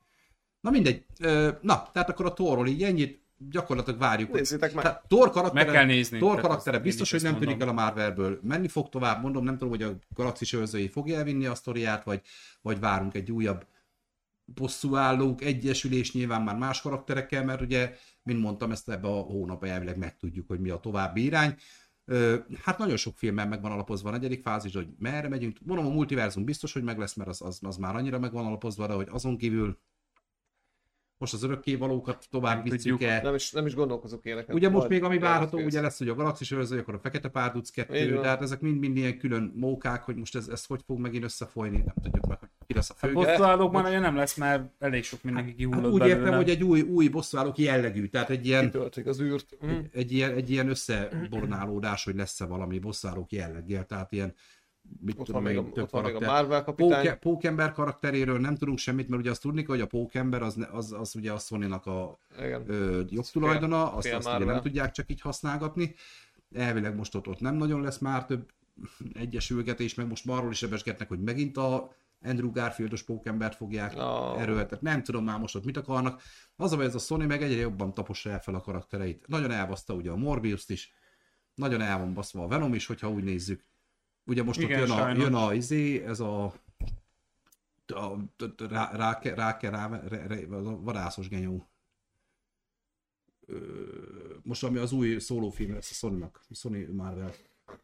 S1: Na mindegy. Ö, Na, tehát akkor a Thorról így ennyit, gyakorlatilag várjuk. hogy-
S4: Nézzétek meg.
S1: Tehát Thor karaktere,
S3: Meg kell nézni.
S1: Thor
S3: Tehát
S1: karaktere
S3: azt
S1: biztos, hogy
S3: én is
S1: nem
S3: ezt
S1: tűnik el a
S3: mondom.
S1: Marvelből. Menni fog tovább, mondom, nem tudom, hogy a galaxis őrzői fogja elvinni a sztoriát, vagy, vagy várunk egy újabb bosszúállók, egyesülés nyilván már más karakterekkel, mert ugye, mint mondtam, ezt ebbe a hónapban elvileg megtudjuk, hogy mi a további irány. Ö, Hát nagyon sok filmben meg van alapozva a negyedik fázis, hogy merre megyünk. Mondom, a multiverzum biztos, hogy meg lesz, mert az, az, az már annyira meg van alapozva, de hogy azon kívül most az örökkévalókat tovább
S3: Nem
S1: visszük
S3: tudjuk.
S1: el.
S4: Nem is, nem is gondolkozok ilyeneket.
S1: Ugye most
S4: Majd
S1: még ami várható,
S4: elfélsz.
S1: ugye lesz, hogy a Galaxis őrző, akkor a Fekete Párduc
S4: Így
S1: 2,
S4: van.
S1: de hát ezek mind-mind ilyen külön mókák, hogy most ez, ez hogy fog megint összefolyni, nem tudjuk meg, hogy ki lesz a
S3: A
S1: főge.
S3: bosszúállók már nagyon nem lesz, Hát mert elég sok mindenki
S1: Hát
S3: kihullott
S1: úgy
S3: belőle.
S1: értem, hogy egy új, új bosszúállók jellegű, tehát egy ilyen,
S4: Kitöltik az űrt. Mm.
S1: egy ilyen, egy ilyen összebornálódás, hogy lesz-e valami bosszúállók jelleggel, tehát ilyen mit
S4: Ott van
S1: tudom
S4: még a,
S1: én, több
S4: ott van még a
S1: karakter.
S4: Marvel kapitány.
S1: Póke, pókember karakteréről nem tudunk semmit, mert ugye azt tudni, kell, hogy a pókember az, ne- az, az ugye a sony a
S4: Igen.
S1: ö, jogtulajdona, azt,
S4: fél
S1: azt ugye
S4: Marvel.
S1: nem tudják csak így használgatni. Elvileg most ott, ott nem nagyon lesz már több egyesülgetés, meg most már arról is sebesgetnek, hogy megint a Andrew Garfieldos pókembert fogják
S4: Ó.
S1: oh. erőltetni. Nem tudom már most ott mit akarnak. Az a baj, ez a Sony meg egyre jobban tapossa el fel a karaktereit. Nagyon elbaszta ugye a Morbius-t is, nagyon el van baszva a Venom is, hogyha úgy nézzük. Ugye most
S3: Igen,
S1: ott jön a,
S3: sajnos.
S1: jön a izé, ez a a t- t- rá- ráke, ráke, rá, re, re, az a vadászos genyó. Ö, Most ami az új szólófilm lesz a Sony-nak, Sony Marvel.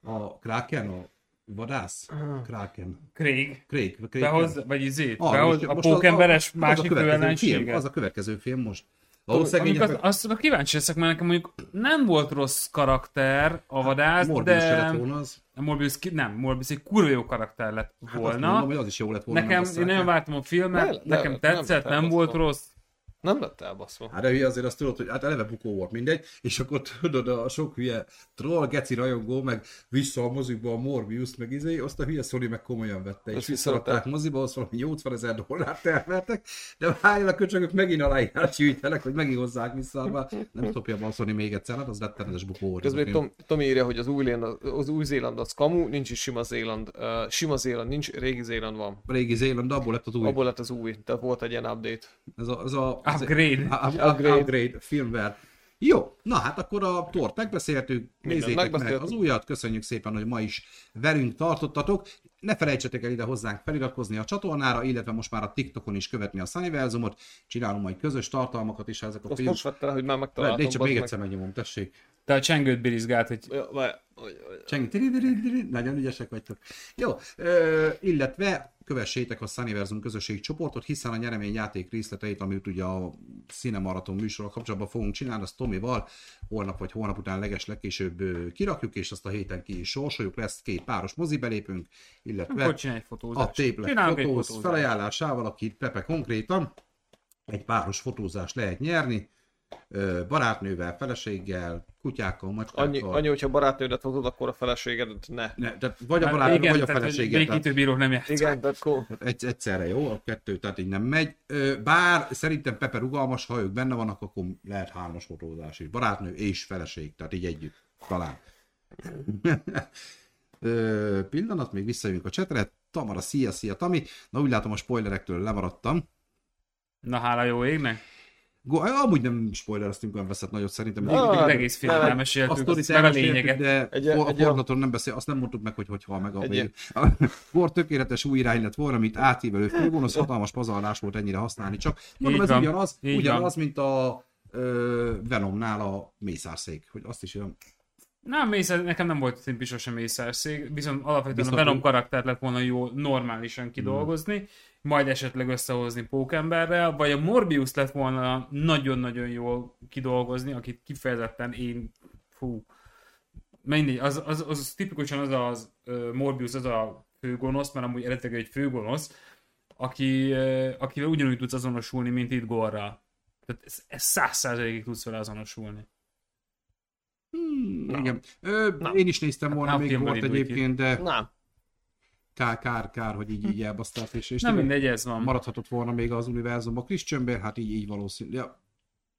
S1: A Kraken, a vadász? Kraken.
S3: Craig,
S1: Craig. Craig
S3: behoz, vagy izét,
S1: Ah,
S3: behoz, a pókemberes másik fő
S1: következő film,
S3: ellensége.
S1: az a következő film most. Ahol szegények...
S3: Mondjuk az, azt a kíváncsi leszek, mert nekem mondjuk nem volt rossz karakter a vadász,
S1: Morbius se
S3: de
S1: lett volna az.
S3: a Morbius, ki- nem, Morbius egy kurva jó karakter lett
S1: Hát azt
S3: volna.
S1: mondom, hogy az is jó lett volna. nem
S3: nekem,
S1: basszák
S3: én nagyon
S1: el.
S3: vártam a filmet,
S4: Ne- ne-
S3: nekem
S4: nem
S3: tetszett, nem,
S4: tetszett,
S3: volt
S4: azt
S3: rossz.
S4: Nem lett elbaszva.
S1: Hát de hülye azért azt tudod, hogy hát eleve bukó volt mindegy, és akkor tudod, a sok hülye troll, geci rajongó, meg vissza a mozikba a Morbius, meg izé, azt a hülye Sony meg komolyan vette, és
S4: Azt
S1: visszaadták moziba, azt valami 80 ezer dollárt elvertek, de várjál a köcsögök megint aláírás gyűjtenek, hogy megint hozzák vissza, hát már nem topja a Sony még egyszer, hát az rettenetes bukó volt. ez a
S4: Közben
S1: film.
S4: Tom, Tom írja, hogy az új, Zéland, az új Zéland az kamu, nincs is sima Zéland. Uh, sima Zéland nincs, régi Zéland van.
S1: Régi Zéland, abból lett az új.
S4: Abból lett az új, tehát volt egy ilyen update.
S1: Ez a, ez a, ez
S3: Upgrade.
S1: A, a, upgrade.
S4: Upgrade.
S1: upgrade filmvel. Jó, na hát akkor a tort megbeszéltük, nézzétek meg
S4: megbeszéltük.
S1: az újat, köszönjük szépen, hogy ma is velünk tartottatok. Ne felejtsetek el ide hozzánk feliratkozni a csatornára, illetve most már a TikTokon is követni a Sunnyverzumot, csinálunk majd közös tartalmakat is ha ezek a
S4: Azt most vettem el, hogy már
S1: Várj,
S4: megtaláltam.
S1: Légy csak
S4: bazd
S1: még
S4: meg.
S1: egyszer megnyomom, tessék.
S3: Te a csengőt birizgált, hogy
S4: Ja, várj, hogy- hogy-
S1: Csengi, tiri-tiri-tiri, nagyon ügyesek vagytok. Jó, ö, illetve kövessétek a Sunnyverzum közösség csoportot, hiszen a nyereményjáték részleteit, amit ugye a Cinemaraton műsorral kapcsolatban fogunk csinálni, azt Tomival holnap vagy holnap után leges legkésőbb ö, kirakjuk, és azt a héten ki is sorsoljuk, lesz két páros mozi belépünk, illetve
S3: akkor csinálj egy
S1: a
S3: fotózást.
S1: téplek
S3: Csinálunk egy
S1: fotóz
S3: fotózást.
S1: felajánlásával, aki Pepe konkrétan egy páros fotózást lehet nyerni, ö, barátnővel, feleséggel, kutyákkal, macskákkal.
S4: annyi, annyi, hogyha barátnődet hozod, akkor a feleségedet ne.
S1: Ne, tehát vagy a
S3: Hát
S1: barátod, vagy a
S3: tehát, hogy
S1: feleséged. Tehát
S3: Békítőbírók nem játszik.
S4: Igen, tehát akkor
S1: egy, egyszerre jó, a kettő, tehát így nem megy. Ö, Bár szerintem Pepe rugalmas, ha ők benne vannak, akkor lehet hármas fotózás is. Barátnő és feleség, tehát így együtt, talán. Ö, pillanat, még visszajövünk a csetre. Tamara, szia, szia, Tami. Na úgy látom, a spoilerektől lemaradtam.
S3: Na hála jó égnek.
S1: Go- amúgy nem spoilereztünk olyan veszett nagyot szerintem.
S4: Ah,
S3: Mindig az egész filmet
S4: nem,
S1: a
S3: elmeséltünk,
S1: sztorit
S3: azt meg a
S1: elmeséltük,
S3: lényeget.
S1: de
S4: Egy-
S1: for- a
S4: egy olyan-
S1: forgatóról nem beszél, azt nem mondtuk meg, hogy hogy hal meg a
S4: Egy
S1: végén.
S4: ilyen-
S1: A for tökéletes új irány lett volna, mint átívelő főgonosz, hatalmas pazarlás volt ennyire használni. Csak mondom,
S3: Így
S1: ez
S3: van.
S1: ugyanaz,
S3: Így
S1: ugyanaz, mint a ö, Venomnál a mészárszék, hogy azt is olyan
S3: Nem, mészár, nekem nem volt szimpi sosem mészárszék, viszont alapvetően
S1: Viszont
S3: a Venom
S1: úgy-
S3: karakter lett volna jó normálisan kidolgozni, majd esetleg összehozni Pókemberrel, vagy a Morbius lett volna nagyon-nagyon jól kidolgozni, akit kifejezetten én, fú, mindegy, az, az, az, az tipikusan az az ö, Morbius, az a főgonosz, mert amúgy eredetileg egy főgonosz, aki, ö, akivel ugyanúgy tudsz azonosulni, mint itt Gorra. Tehát ez- ez száz százalékig tudsz vele azonosulni.
S1: Hmm, igen. Ö,
S2: Na.
S1: Én is néztem volna,
S3: Hát nem
S1: még
S3: filmből
S1: volt
S3: indulj ki.
S1: egyébként, de
S2: Nem.
S1: kár, kár, kár, hogy így, így elbasztált. És, és
S3: Nem
S1: tényleg
S3: mindegy, ez van.
S1: maradhatott volna még az univerzumban Christian Bale, hát így, így valószínű. Ja,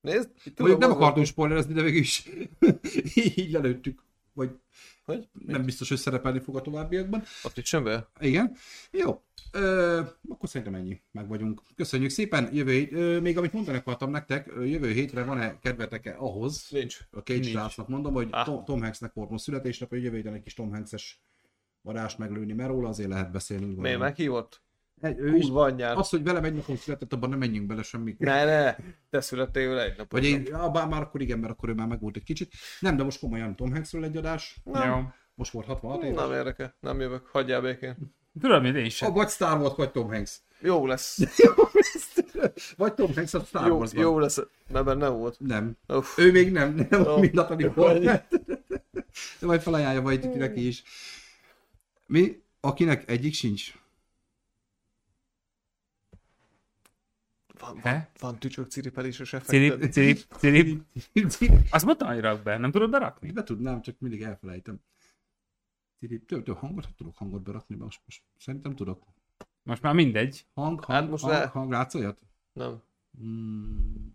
S2: Nézd, itt
S1: Mondjuk nem
S2: azon-
S1: akartunk spoilerezni, de végül is így így lelőttük, vagy
S2: Hogy?
S1: nem biztos, hogy szerepelni fog a továbbiakban.
S4: A Twitch-önbe?
S1: Igen. Jó. Ö, akkor szerintem ennyi. Meg vagyunk. Köszönjük szépen. Jövő hét, ö, még amit mondani akartam nektek, ö, jövő hétre van-e kedveteke ahhoz,
S2: Nincs.
S1: a Cage
S3: Nincs.
S1: Srácnak mondom, hogy
S2: Ah.
S1: Tom, Tom Hanksnek volt most születésnap, hogy jövő héten egy kis Tom Hanks-es vadást meglőni, mert róla azért lehet beszélni. úgy
S2: Miért
S1: gondolom.
S2: meghívott?
S1: Egy- ő is,
S4: Kurva anyját.
S1: az, hogy velem egy napon született, abban nem menjünk bele semmit.
S4: Ne, ne, te születtél vele egy napon.
S1: Vagy én, ja, bár már akkor igen, mert akkor ő már megvolt egy kicsit. Nem, de most komolyan Tom Hanksről egy adás.
S3: Jó.
S1: Most volt 66 éves.
S4: Nem érdekel, nem jövök, hagyjál békén.
S3: Tudod, mint én sem.
S1: Ah, vagy Star Wars, vagy Tom Hanks.
S4: Jó lesz,
S1: Vagy Tom Hanks a Star
S4: jó,
S1: Wars-ban.
S4: jó lesz, mert benne nem volt.
S1: Nem.
S4: Uff.
S1: Ő még nem, nem
S4: Jó.
S1: mint Natalie
S4: Jó.
S1: Portman. De majd felajánlja majd itt neki is. Mi? Akinek egyik sincs.
S4: Van,
S3: He?
S4: van, van tücsök ciripelés
S3: Cirip,
S4: effektet.
S3: cirip, cirip. Azt mondtam, hogy rak be, nem tudod berakni?
S1: Be tudnám, csak mindig elfelejtem. Tiri- Több, több hangot, hogy tudok hangot berakni, most, most szerintem tudok.
S3: Most már mindegy,
S1: Hang, hang,
S4: Hát most
S1: hang,
S4: le-
S1: hang, látsz olyat?
S4: Nem.
S1: Mm.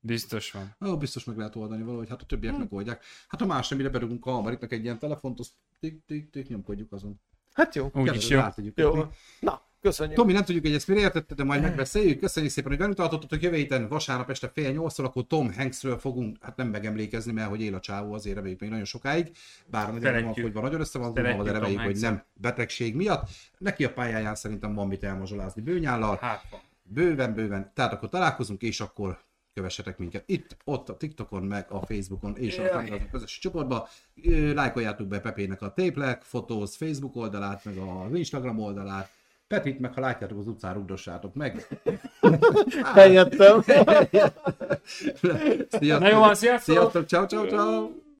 S3: biztos van.
S1: Ó, biztos meg lehet oldani valahogy, hát a többiek megoldják. Hát ha más sem, ide berúgunk a Hamaritnak egy ilyen telefont, azt tik, tik, tik, nyomkodjuk azon.
S4: Hát jó.
S3: Úgyis
S1: Kedves,
S3: jó.
S1: átadjuk
S4: Jó.
S1: neki.
S4: Na, köszönjük.
S1: Tomi, nem tudjuk, hogy ezt mire értette, de majd megbeszéljük. Köszönjük szépen, hogy velünk tartottatok. Jövő héten vasárnap este fél nyolctól, akkor Tom Hanksről fogunk, hát nem megemlékezni, mert hogy él a csávó, azért reméljük még nagyon sokáig. Bár nagyon van,
S3: Szeretjük.
S1: hogy van nagyon össze van,
S3: Szeretjük
S1: zúgva, de
S3: Tom
S1: reméljük, hogy
S3: Hanks-et.
S1: nem betegség miatt. Neki a pályáján szerintem van mit elmazsolázni bőnyállal.
S3: Hát van.
S1: Bőven, bőven. Tehát akkor találkozunk, és akkor kövessetek minket itt, ott a TikTokon, meg a Facebookon, és a Thunderbird közös csoportba. Ö, Lájkoljátok be Pepének a téplek, fotóz Facebook oldalát, meg az Instagram oldalát. Petit meg ha látjátok az utcán, rugdossátok meg.
S4: Helyettem.
S1: Sziasztok!
S3: Na jó, van, sziasztok!
S1: Sziasztok, ciao, ciao, ciao!